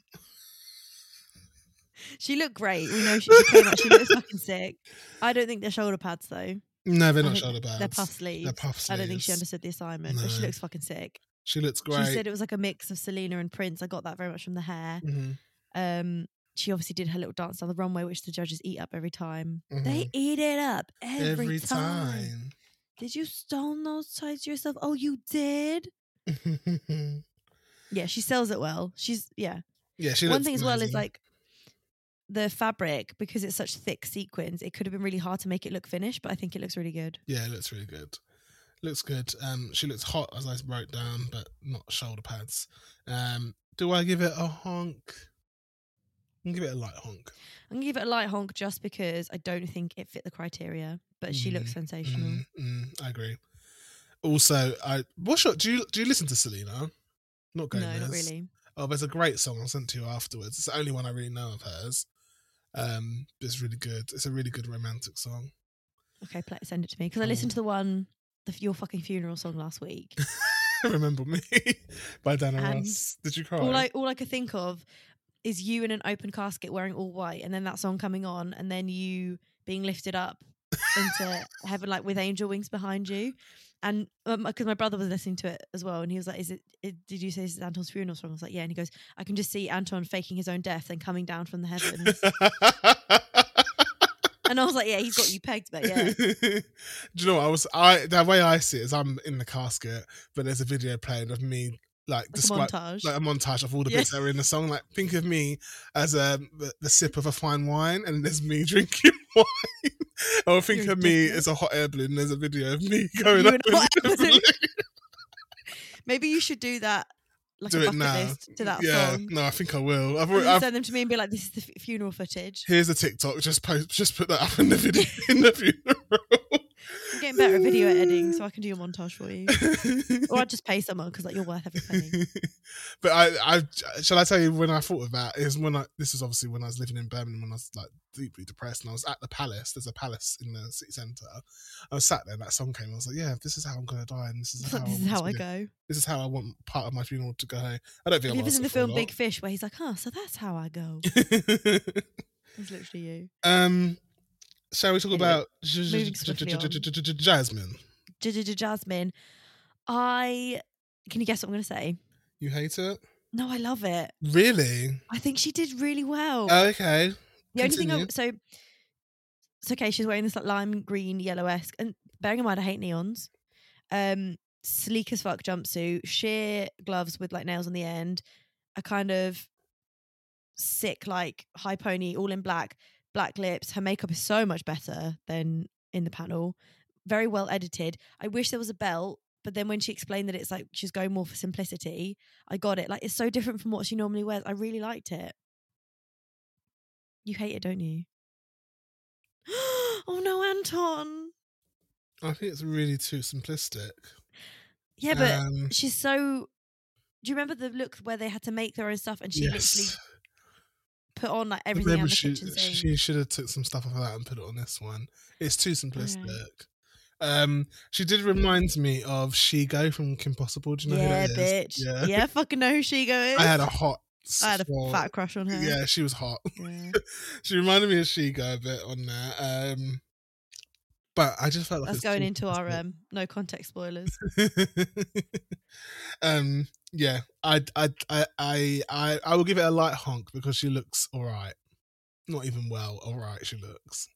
S2: She looked great. We know she, she came out.
S1: [laughs]
S2: She looks fucking sick. I don't think they're shoulder pads though.
S1: No, they're
S2: I
S1: not
S2: think
S1: shoulder pads.
S2: They're puff sleeves.
S1: They're puff sleeves.
S2: I don't think she understood the assignment, but she
S1: No.
S2: looks fucking sick.
S1: She looks great.
S2: She said it was like a mix of Selena and Prince. I got that very much from the hair.
S1: Mhm,
S2: Um, she obviously did her little dance down the runway, which the judges eat up every time. They
S1: mhm.
S2: eat it up every,
S1: every,
S2: time. Did you stone those tights yourself? Oh, you did.
S1: time. [laughs]
S2: Yeah, she sells it well. She's yeah.
S1: yeah, she
S2: one
S1: looks
S2: thing as well is
S1: amazing.
S2: like the fabric because it's such thick sequins it could have been really hard to make it look finished but i think it looks really good
S1: Yeah, it looks really good. Looks good. Um, she looks hot as I wrote down, but not shoulder pads. Um, do I give it a honk? I'm gonna give it a light honk.
S2: i'm gonna give it a light honk just
S1: Mm-hmm.
S2: Mm-hmm. because i don't think it fit the criteria but she looks sensational
S1: Mm, mm, I Mm-hmm. agree. Also, I what's your do you do you listen to Selena? Not
S2: No,
S1: Gomez.
S2: not really.
S1: Oh, there's a great song I'll send to you afterwards. It's the only one I really know of hers. Um, but it's really good. It's a really good romantic song. [laughs]
S2: Okay, pl- send it to me because I listened to the one, the, your fucking funeral song last week.
S1: Remember Me [laughs] by Dana
S2: And
S1: Ross. Did you cry?
S2: all I all I could think of is you in an open casket wearing all white, and then that song coming on, and then you being lifted up
S1: [laughs]
S2: into heaven, like with angel wings behind you. And because my brother was listening to it as well, and he was like, "Is it? it did you say this is Anton's funeral song?" I was like, "Yeah." And he goes, "I can just see Anton faking his own death and coming down from the heavens." and I was like, "Yeah, he's got you pegged,
S1: [laughs]
S2: but yeah."
S1: [laughs] Do you know what I was? I the way I see it is I'm in the casket, but there's a video playing of me like
S2: Like a
S1: describe
S2: montage.
S1: like um, a montage of all the
S2: Yeah.
S1: bits that are in the song. Like think of me as a the, the sip of a fine wine, and there's me [laughs] drinking wine. or think
S2: You're
S1: of me as
S2: ridiculous.
S1: a hot air balloon. and There's a video of me going
S2: You
S1: up.
S2: and
S1: in
S2: hot
S1: the
S2: air
S1: air
S2: balloon.
S1: balloon.
S2: Maybe you should do that, like
S1: Do
S2: a
S1: it
S2: bucket
S1: now.
S2: list to that
S1: yeah,
S2: song.
S1: no, I think I will. I've,
S2: And
S1: already,
S2: then
S1: I've
S2: send them to me and be like, "This is the f- funeral footage."
S1: here's a TikTok. Just post. Just put that up
S2: [laughs]
S1: in the video in the funeral.
S2: I'm getting better at video editing, so I can do
S1: [laughs]
S2: your montage for you. [laughs] Or I'd just pay someone because like you're worth every penny.
S1: [laughs] but I, I, shall I tell you when I thought of that is when I. This was obviously when I was living in Birmingham when I was like deeply depressed and I was at the palace. There's a palace in the city centre. I was sat there and that song came. I was like, yeah, this is how I'm gonna die, and this is
S2: It's
S1: how
S2: like, [laughs]
S1: I
S2: this is how I
S1: want [laughs] to be-
S2: go.
S1: This is how I want part of my funeral to go. I don't think
S2: Have
S1: I
S2: you
S1: want
S2: ever seen the
S1: to suffer
S2: film
S1: a
S2: Big Fish where he's like, "Huh, so that's how
S1: [laughs]
S2: I go."
S1: lot.
S2: It's literally you,
S1: [laughs] um, shall we talk
S2: Anyway,
S1: about J- J-
S2: moving
S1: J-
S2: swiftly
S1: J-
S2: on.
S1: J- J- J- Jasmine?
S2: J- J- J- Jasmine. I can you guess what I'm going to say?
S1: You hate it,
S2: No, I love it.
S1: really?
S2: I think she did really well.
S1: Oh, okay.
S2: the only thing, I,
S1: continue.
S2: so, so okay, she's wearing this like lime green, yellow esque, and bearing in mind I hate neons. Um, sleek as fuck jumpsuit, sheer gloves with like nails on the end, a kind of sick like high pony, all in black, black lips. Her makeup is so much better than in the panel. Very well edited. I wish there was a belt, but then when she explained that it's like she's going more for simplicity, I got it. Like it's so different from what she normally wears. I really liked it. You hate it, don't you? [gasps] oh no, Anton.
S1: I think it's really too simplistic.
S2: Yeah, but
S1: um,
S2: she's so. Do you remember the look where they had to make their own stuff and she literally
S1: yes.
S2: put on like
S1: I
S2: everything out
S1: remember
S2: of the
S1: she,
S2: kitchen sink?
S1: she should have took some stuff off of that and put it on this one. It's too simplistic. Um, she did remind me of She Go from Kim Possible. Do you know
S2: yeah,
S1: who that is?
S2: bitch. Yeah. fucking know who she goes.
S1: [laughs] I had a hot.
S2: I had a
S1: swell-
S2: fat crush on her.
S1: Yeah, she was hot.
S2: [laughs]
S1: [laughs]
S2: Yeah.
S1: She reminded me of She Go a bit on there. Um, but I just felt like
S2: That's
S1: it's
S2: going
S1: too
S2: into our
S1: simplistic.
S2: um, no context spoilers.
S1: [laughs] um yeah I, I i i i i will give it a light honk because she looks all right not even well all right she looks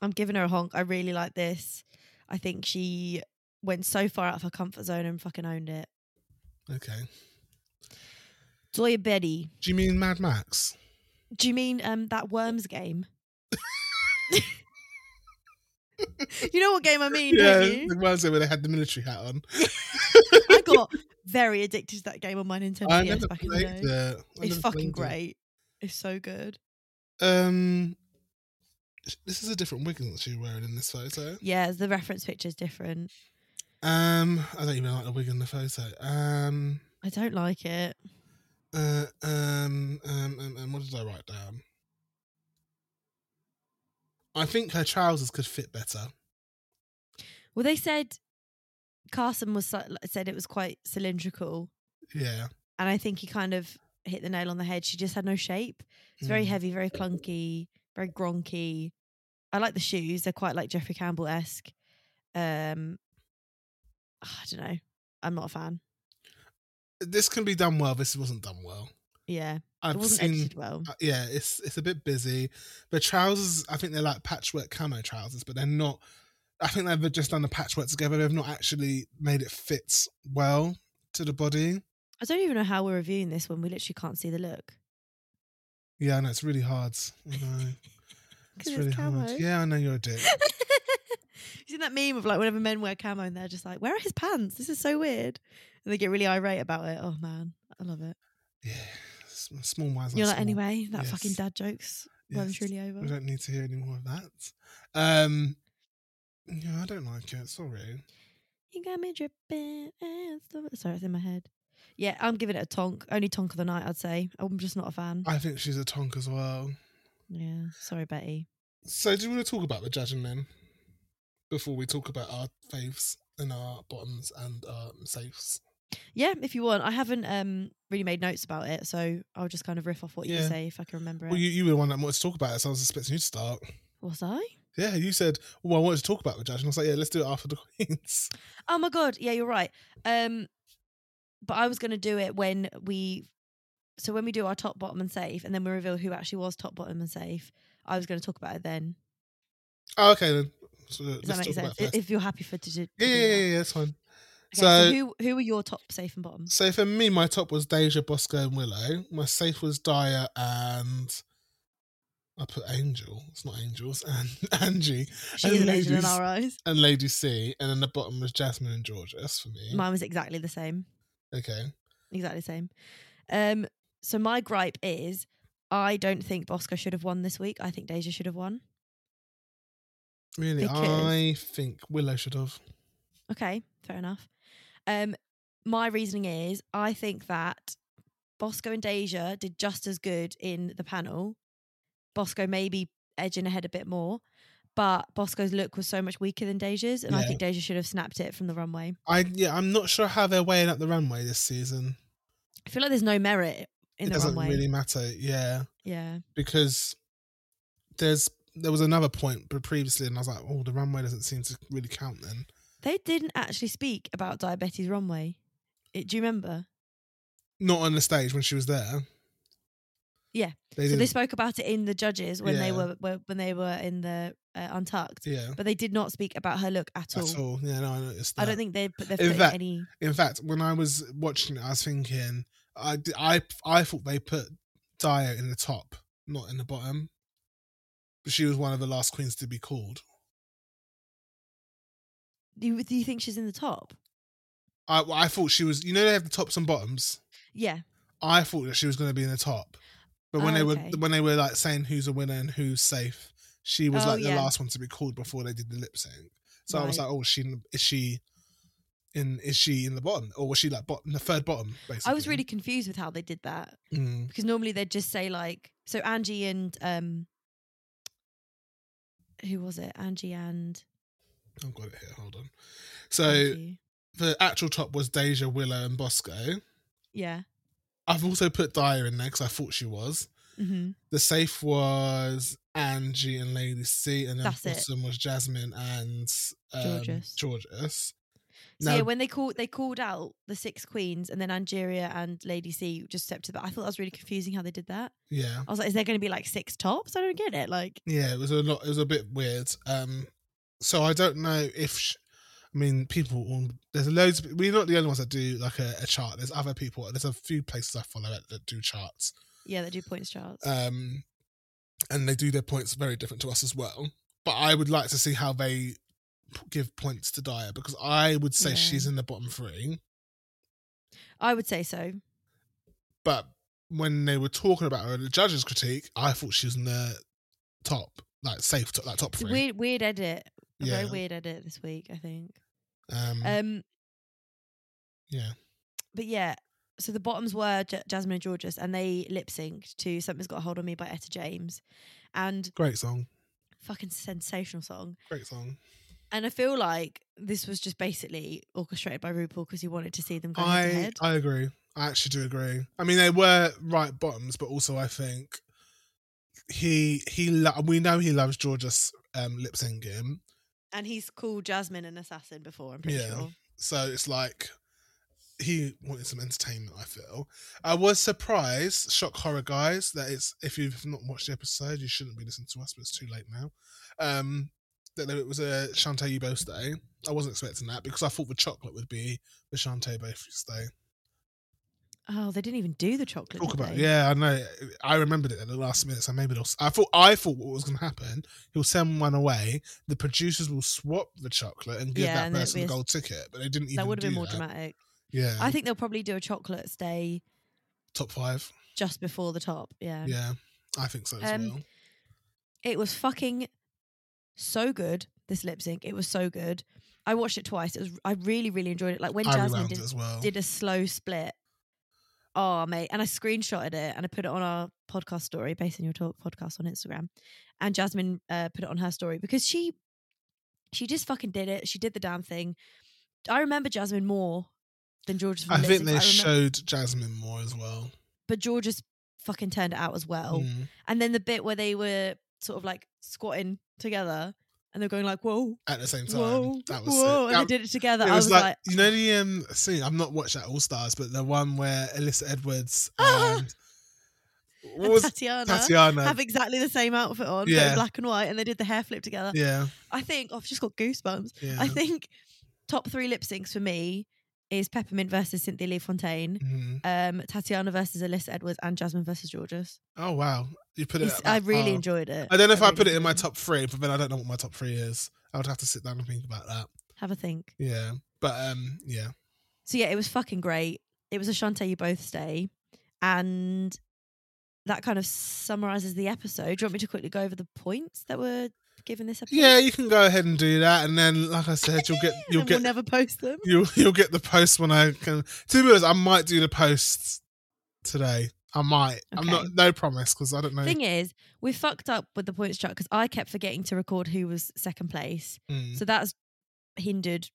S2: I'm giving her a honk. I really like this. I think she went so far out of her comfort zone and fucking owned it.
S1: okay
S2: Zoya Betty.
S1: do you mean mad max
S2: Do you mean um that worms game? you know what game I mean, don't you?
S1: the ones where they had the military hat on
S2: I got very addicted to that game on my Nintendo
S1: i
S2: DS
S1: never
S2: back in the day.
S1: played it I
S2: It's
S1: never
S2: fucking
S1: played
S2: great. It's so good.
S1: it. um this is a different wig that she's wearing in this photo
S2: Yeah, the reference picture's different.
S1: um i don't even like the wig in the photo um
S2: I don't like it.
S1: uh, um, um, um, um, what did I write down? I think her trousers could fit better.
S2: Well, they said Carson was so- said it was quite cylindrical,
S1: Yeah.
S2: and I think he kind of hit the nail on the head. She just had no shape. It's very
S1: Mm.
S2: heavy, very clunky, very gronky. I like the shoes. They're quite like Jeffrey Campbell esque. Um, I don't know. I'm not a fan.
S1: This can be done well. This wasn't done well.
S2: Yeah,
S1: I've
S2: it wasn't
S1: seen.
S2: edited well.
S1: uh, yeah, it's it's a bit busy. The trousers, I think they're like patchwork camo trousers, but they're not. I think they've just done the patchwork together. They've not actually made it fit well to the body.
S2: I don't even know how we're reviewing this when we literally can't see the look.
S1: Yeah, I know it's really hard. I
S2: [laughs]
S1: know. It's
S2: Because
S1: really hard. Yeah, I know you're a dick.
S2: [laughs] you seen that meme of like whenever men wear camo and they're just like, "Where are his pants? This is so weird," and they get really irate about it. Oh man, I love it.
S1: yeah, s- small minds.
S2: You're
S1: like
S2: like,
S1: small-
S2: anyway, that
S1: Yes.
S2: fucking dad jokes well and
S1: Yes.
S2: truly
S1: We
S2: over.
S1: don't need to hear any more of that. Um, yeah, I don't like it. Sorry.
S2: You got me dripping. and stuff." Sorry, it's in my head. Yeah, I'm giving it a tonk. Only tonk of the night, I'd say. I'm just not a fan.
S1: I think she's a tonk as well.
S2: Yeah, sorry, Betty.
S1: So, do you want to talk about the judging then? Before we talk about our faves and our bottoms and our safes.
S2: Yeah, if you want, I haven't um really made notes about it, so I'll just kind of riff off what you
S1: Yeah.
S2: say if I can remember
S1: Well,
S2: it.
S1: you, you were the one that wanted to talk about it, so I was expecting you to start.
S2: Was I?
S1: Yeah, you said, "Well, I wanted to talk about the judge," and I was like, "Yeah, let's do it after the [laughs] queens."
S2: Oh my god, yeah, you're right. Um, but I was gonna do it when we, so when we do our top, bottom, and safe, and then we reveal who actually was top, bottom, and safe. I was gonna talk about it then.
S1: Oh, okay, then. So
S2: Does
S1: let's
S2: that make
S1: talk
S2: sense?
S1: about it first.
S2: If you're happy for to do, to
S1: yeah,
S2: do
S1: yeah, yeah,
S2: that.
S1: yeah, that's fine.
S2: Okay, so,
S1: So-
S2: who who were your top, safe, and bottom?
S1: So for me, my top was Deja, Bosco, and Willow. My safe was Dyer and I put Angel. It's not Angels [laughs] and Angie
S2: She's an angel in
S1: ladies.
S2: our eyes.
S1: and Lady C, and then the bottom was Jasmine and Georgia. That's for me.
S2: Mine was exactly the same.
S1: okay.
S2: Exactly the same. Um, so my gripe is, I don't think Bosco should have won this week. I think Deja should have won.
S1: Really,
S2: Because-
S1: I think Willow should have.
S2: Okay, fair enough. Um, my reasoning is I think that Bosco and Deja did just as good in the panel. Bosco maybe edging ahead a bit more, but Bosco's look was so much weaker than Deja's, and I
S1: Yeah.
S2: think Deja should have snapped it from the runway.
S1: I yeah, I'm not sure how they're weighing up the runway this season.
S2: I feel like there's no merit in
S1: it
S2: the
S1: doesn't
S2: runway.
S1: really matter. Yeah.
S2: Yeah,
S1: because there's there was another point but previously and I was like, oh, the runway doesn't seem to really count then.
S2: they didn't actually speak about diabetes runway. It, do you remember?
S1: Not on the stage when she was there.
S2: Yeah.
S1: They
S2: so
S1: didn't
S2: they spoke about it in the judges when they
S1: Yeah.
S2: were, were when they were in the uh, untucked,
S1: yeah,
S2: but they did not speak about her look
S1: at all. Yeah, no, I noticed that.
S2: I don't think they put their
S1: In
S2: foot
S1: fact-
S2: in any.
S1: In fact, when I was watching it, I was thinking I d- I I thought they put Dio in the top, not in the bottom. But she was one of the last queens to be called.
S2: Do you, do you think she's in the top?
S1: I well, I thought she was. You know, they have the tops and bottoms.
S2: Yeah.
S1: I thought that she was going to be in the top, but when
S2: Oh,
S1: they were
S2: okay.
S1: when they were like saying who's a winner and who's safe, she was
S2: Oh,
S1: like the
S2: yeah.
S1: last one to be called before they did the lip sync. So I was
S2: Right.
S1: like, oh, is she in- is she in is she in the bottom or was she like bottom the third bottom? Basically,
S2: I was really confused with how they did that
S1: Mm.
S2: because normally they'd just say like, so Angie and um, who was it? Angie and
S1: I've got it here. Hold on. So
S2: Angie.
S1: the actual top was Deja, Willow, and Bosco.
S2: yeah.
S1: I've also put Dyer in there because I thought she was.
S2: Mm-hmm.
S1: The safe was Angie and Lady C, and then
S2: That's it.
S1: bottom was Jasmine and um,
S2: Georges.
S1: Georges.
S2: So
S1: Now-
S2: yeah, when they called they called out the six queens and then Angeria and Lady C just stepped to the. I thought that was really confusing how they did that.
S1: Yeah.
S2: I was like, is there going to be like six tops? I don't get it. Like,
S1: Yeah, it was a lot. It was a bit weird. Um, so I don't know if, sh I mean, people. all- There's loads. Of, we're not the only ones that do like a, a chart. There's other people. There's a few places I follow that, that do charts.
S2: yeah, they do points charts.
S1: Um, and they do their points very different to us as well. But I would like to see how they p- give points to Dyer because I would say
S2: Yeah.
S1: she's in the bottom three.
S2: I would say so.
S1: But when they were talking about her, in the judges' critique, I thought she was in the top, like safe, top, like top
S2: It's a
S1: three.
S2: weird, weird edit. A
S1: Yeah.
S2: very weird edit this week, I think.
S1: Um,
S2: Um,
S1: yeah.
S2: but yeah, so the bottoms were J- Jasmine and Georges, and they lip synced to "Something's Got a Hold on Me" by Etta James, and
S1: Great song.
S2: fucking sensational song.
S1: Great song.
S2: And I feel like this was just basically orchestrated by RuPaul because he wanted to see them go head to
S1: I
S2: head.
S1: I agree. I actually do agree. I mean, they were right bottoms, but also I think he he lo- we know he loves Georgia's um, lip syncing,
S2: And he's called Jasmine an assassin before. I'm pretty
S1: Yeah.
S2: sure.
S1: so it's like he wanted some entertainment. I feel I was surprised, shock horror, guys, that it's if you've not watched the episode, you shouldn't be listening to us, but it's too late now. Um, that it was a Shantae Bose day. I wasn't expecting that because I thought the chocolate would be the Shantae Bose day.
S2: Oh, they didn't even do the chocolate.
S1: talk
S2: did
S1: about.
S2: they?
S1: Yeah, I know. I remembered it at the last minute, so maybe they'll. I thought I thought what was going to happen. He'll send one away. The producers will swap the chocolate and give
S2: Yeah,
S1: that
S2: and then it'd
S1: person
S2: be
S1: the
S2: a-
S1: gold ticket, but they didn't even.
S2: That would have
S1: do
S2: been more
S1: that.
S2: dramatic.
S1: Yeah,
S2: I think they'll probably do a chocolate stay
S1: top five.
S2: just before the top. Yeah.
S1: Yeah, I think so as
S2: Um,
S1: well.
S2: It was fucking so good, this lip sync. It was so good. I watched it twice. It was I really really enjoyed it. Like when
S1: I
S2: Jasmine
S1: rewound
S2: did,
S1: it as well.
S2: did a slow split. Oh mate, and I screenshotted it and I put it on our podcast story, based on your talk podcast on Instagram, and Jasmine uh, put it on her story because she she just fucking did it. She did the damn thing. I remember Jasmine more than George's. From
S1: I
S2: the
S1: think
S2: lipsync.
S1: they
S2: remember-
S1: showed Jasmine more as well.
S2: but George's fucking turned it out as well.
S1: Mm.
S2: And then the bit where they were sort of like squatting together and they're going like, "Whoa,
S1: At the same time,
S2: whoa,
S1: that was
S2: whoa,"
S1: it.
S2: and
S1: That-
S2: they did it together.
S1: it
S2: I
S1: was
S2: was
S1: like,
S2: like,
S1: you know the um scene. I've not watched that All Stars, but the one where Alyssa
S2: [gasps]
S1: Edwards
S2: Ah!
S1: and what
S2: and
S1: was
S2: Tatiana,
S1: Tatiana?
S2: have exactly the same outfit on, but
S1: Um, Yeah.
S2: black and white, and they did the hair flip together.
S1: yeah,
S2: I think oh, I've just got goosebumps.
S1: yeah.
S2: I think top three lip syncs for me is Peppermint versus Cynthia
S1: [laughs]
S2: Lee Fontaine,
S1: Mhm.
S2: um, Tatiana versus Alyssa Edwards, and Jasmine versus Georges.
S1: Oh wow, you put it.
S2: It's-
S1: at
S2: I
S1: that
S2: really
S1: far.
S2: enjoyed it.
S1: I don't know if I,
S2: really
S1: put it in my
S2: enjoyed
S1: top three, but then I don't know what my top three is. I would have to sit down and think about that.
S2: Have a think.
S1: Yeah, but um, yeah,
S2: So yeah, it was fucking great. It was a Shantae You Both Stay. And that kind of summarizes the episode. Do you want me to quickly go over the points that were given this episode?
S1: yeah, you can go ahead and do that, and then like I said, you'll
S2: [laughs]
S1: get
S2: And
S1: you'll
S2: then
S1: get
S2: we'll never post them.
S1: [laughs] you'll you'll get the post when I can. To be honest, I might do the posts today. I might. I'm not
S2: Okay.
S1: no promise because I don't know.
S2: Thing is, we fucked up with the points chart because I kept forgetting to record who was second place.
S1: Mm.
S2: So that's hindered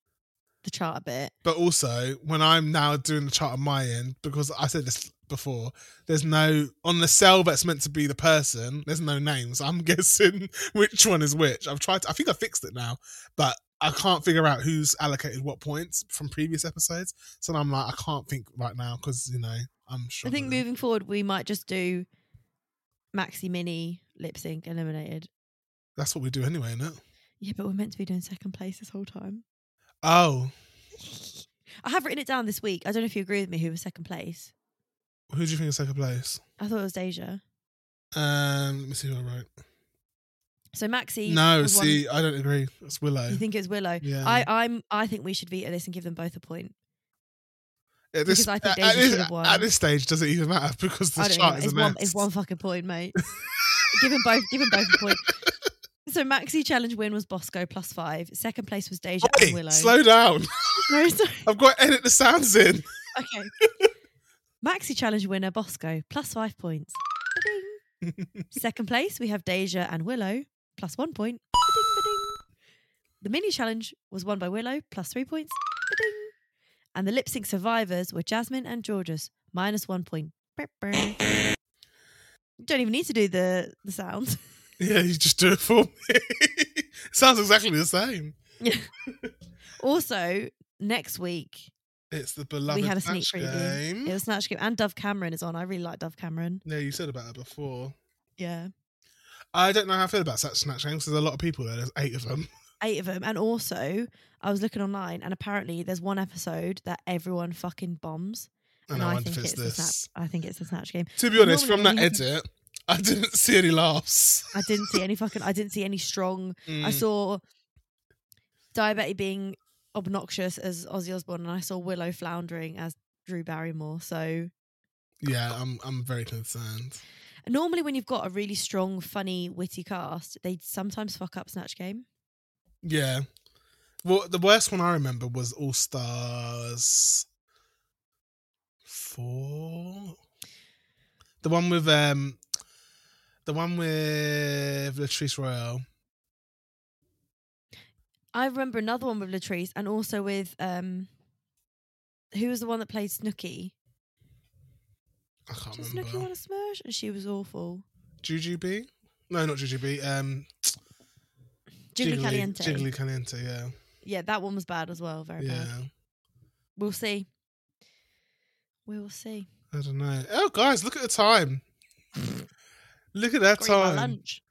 S2: the chart a bit.
S1: But also, when I'm now doing the chart on my end, because I said this before, there's no on the cell that's meant to be the person. There's no names. I'm [laughs] guessing which one is which. I've tried. To, I think I fixed it now, but I can't figure out who's allocated what points from previous episodes. So I'm like, I can't think right now because you know I'm sure.
S2: I think moving forward, we might just do Maxi Mini lip sync eliminated.
S1: that's what we do anyway, isn't it?
S2: Yeah, but we're meant to be doing second place this
S1: [laughs]
S2: whole time.
S1: Oh,
S2: I have written it down this week. I don't know if you agree with me who was second place.
S1: who do you think is second place?
S2: I thought it was Deja.
S1: Um, let me see who I wrote.
S2: So Maxi
S1: No,
S2: was one-
S1: see, I don't agree. It's Willow.
S2: you think it's Willow.
S1: Yeah.
S2: I, I'm I think we should veto this and give them both a point.
S1: At this,
S2: Because I
S1: at-
S2: think Deja
S1: at this-
S2: should have won.
S1: At this stage, doesn't even matter because the
S2: I don't know.
S1: chart is
S2: It's
S1: a
S2: one,
S1: mess.
S2: it's one fucking point,
S1: [laughs]
S2: mate. give them both give them both a point. So Maxi challenge win was Bosco plus five. Second place was Deja
S1: Oi,
S2: and Willow.
S1: slow down.
S2: [laughs]
S1: [laughs]
S2: No, sorry.
S1: I've got to edit the sounds in. [laughs]
S2: Okay. Maxi challenge winner Bosco plus five points. Ba-ding. Second place we have Deja and Willow plus one point. Ba-ding, ba-ding. The mini challenge was won by Willow plus three points. Ba-ding. And the lip sync survivors were Jasmine and Georges minus one point. Brr-brr. You don't even need to do the the sounds.
S1: Yeah, you just do it for me. [laughs] sounds exactly the same.
S2: [laughs] Also, next week
S1: It's the beloved
S2: we had a sneak
S1: match
S2: preview.
S1: game.
S2: It was Snatch Game and Dove Cameron is on. I really like Dove Cameron.
S1: Yeah, you said about it before.
S2: Yeah.
S1: I don't know how I feel about such snatch games. There's a lot of people there. There's eight of them.
S2: eight of them. And also, I was looking online, and apparently, there's one episode that everyone fucking bombs.
S1: And I, wonder if it's
S2: the
S1: this.
S2: snatch. I think it's the snatch game.
S1: To be honest,
S2: Normally
S1: from that
S2: we have-
S1: edit, I didn't see any laughs.
S2: I didn't see any fucking. I didn't see any strong. I
S1: Mm.
S2: saw Diabetti being obnoxious as Ozzy Osbourne, and I saw Willow floundering as Drew Barrymore. So
S1: yeah, I'm I'm very concerned.
S2: normally, when you've got a really strong, funny, witty cast, they sometimes fuck up snatch game.
S1: Yeah. Well, the worst one I remember was All Stars four. The one with um, the one with Latrice Royale.
S2: I remember another one with Latrice, and also with um, who was the one that played Snooky?
S1: I can't
S2: Does Snooki
S1: remember.
S2: want to smash? And she was awful.
S1: Juju B. No, not Juju B. Um,
S2: Jiggly, Caliente.
S1: Jiggly Caliente. Yeah,
S2: Yeah, that one was bad as well. Very
S1: yeah.
S2: bad. We'll see. We will see.
S1: I don't know. Oh, guys, look at the time. look at that
S2: Got to eat my
S1: time.
S2: lunch.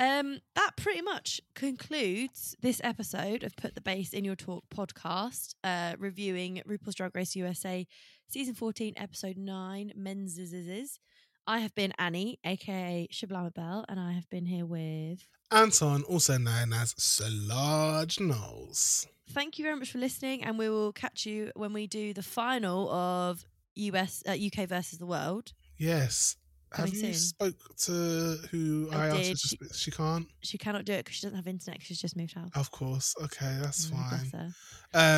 S2: Um, that pretty much concludes this episode of Put the Base in Your Talk podcast, uh, reviewing RuPaul's Drag Race USA season 14, episode 9, Men's Zzzz. I have been Annie, aka Shablama Bell, and I have been here with
S1: Anton, also known as Solange Knowles.
S2: thank you very much for listening and we will catch you when we do the final of us uh, uk versus the world
S1: Yes. Have
S2: coming
S1: you
S2: soon.
S1: spoke to who I,
S2: I
S1: asked?
S2: did.
S1: to
S2: She-
S1: sp- She can't.
S2: She cannot do it because she doesn't have internet. 'cause she's just moved house.
S1: Of course. Okay, Oh, that's
S2: Mm, bless
S1: fine.
S2: her.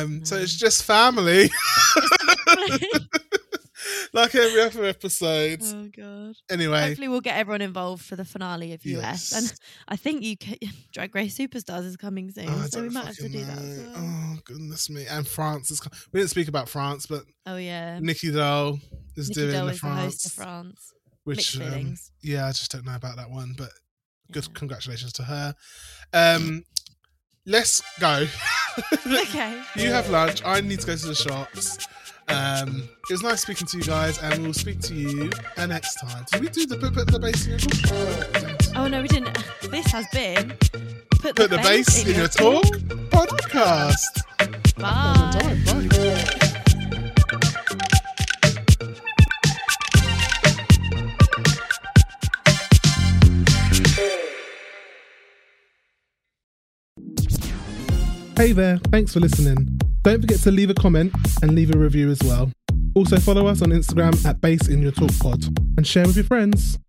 S1: Um, so it's
S2: No.
S1: just family, [laughs] like every other episode. [laughs]
S2: [laughs] oh god.
S1: Anyway,
S2: Hopefully, we'll get everyone involved for the finale of US, and [laughs]
S1: Yes.
S2: I think UK Drag Race Superstars is coming soon,
S1: Oh, I
S2: so we
S1: don't
S2: might have to
S1: fucking
S2: do that. As
S1: know.
S2: well. Oh,
S1: Oh goodness me! And France is. co- We didn't speak about France, but
S2: Oh, yeah,
S1: Nikki Doll is
S2: Um, Nikki
S1: doing
S2: Doll
S1: the
S2: is the
S1: France,
S2: host of France.
S1: which
S2: Mixed
S1: um, [laughs]
S2: feelings.
S1: yeah, I just don't know about that one, but good
S2: Yeah.
S1: congratulations to her. Um, let's
S2: [laughs]
S1: go. [laughs]
S2: okay.
S1: you have lunch. I need to go to the shops. Um, it was nice speaking to you guys, and we'll speak to you uh, next time. Did we do the put, put the bass in your talk?
S2: Oh no, we didn't. [laughs] This has been put
S1: Put the bass in your talk podcast.
S2: Bye.
S1: Bye. Bye. Hey there, thanks for listening. Don't forget to leave a comment and leave a review as well. Also, follow us on Instagram at Base in Your Talk Pod and share with your friends.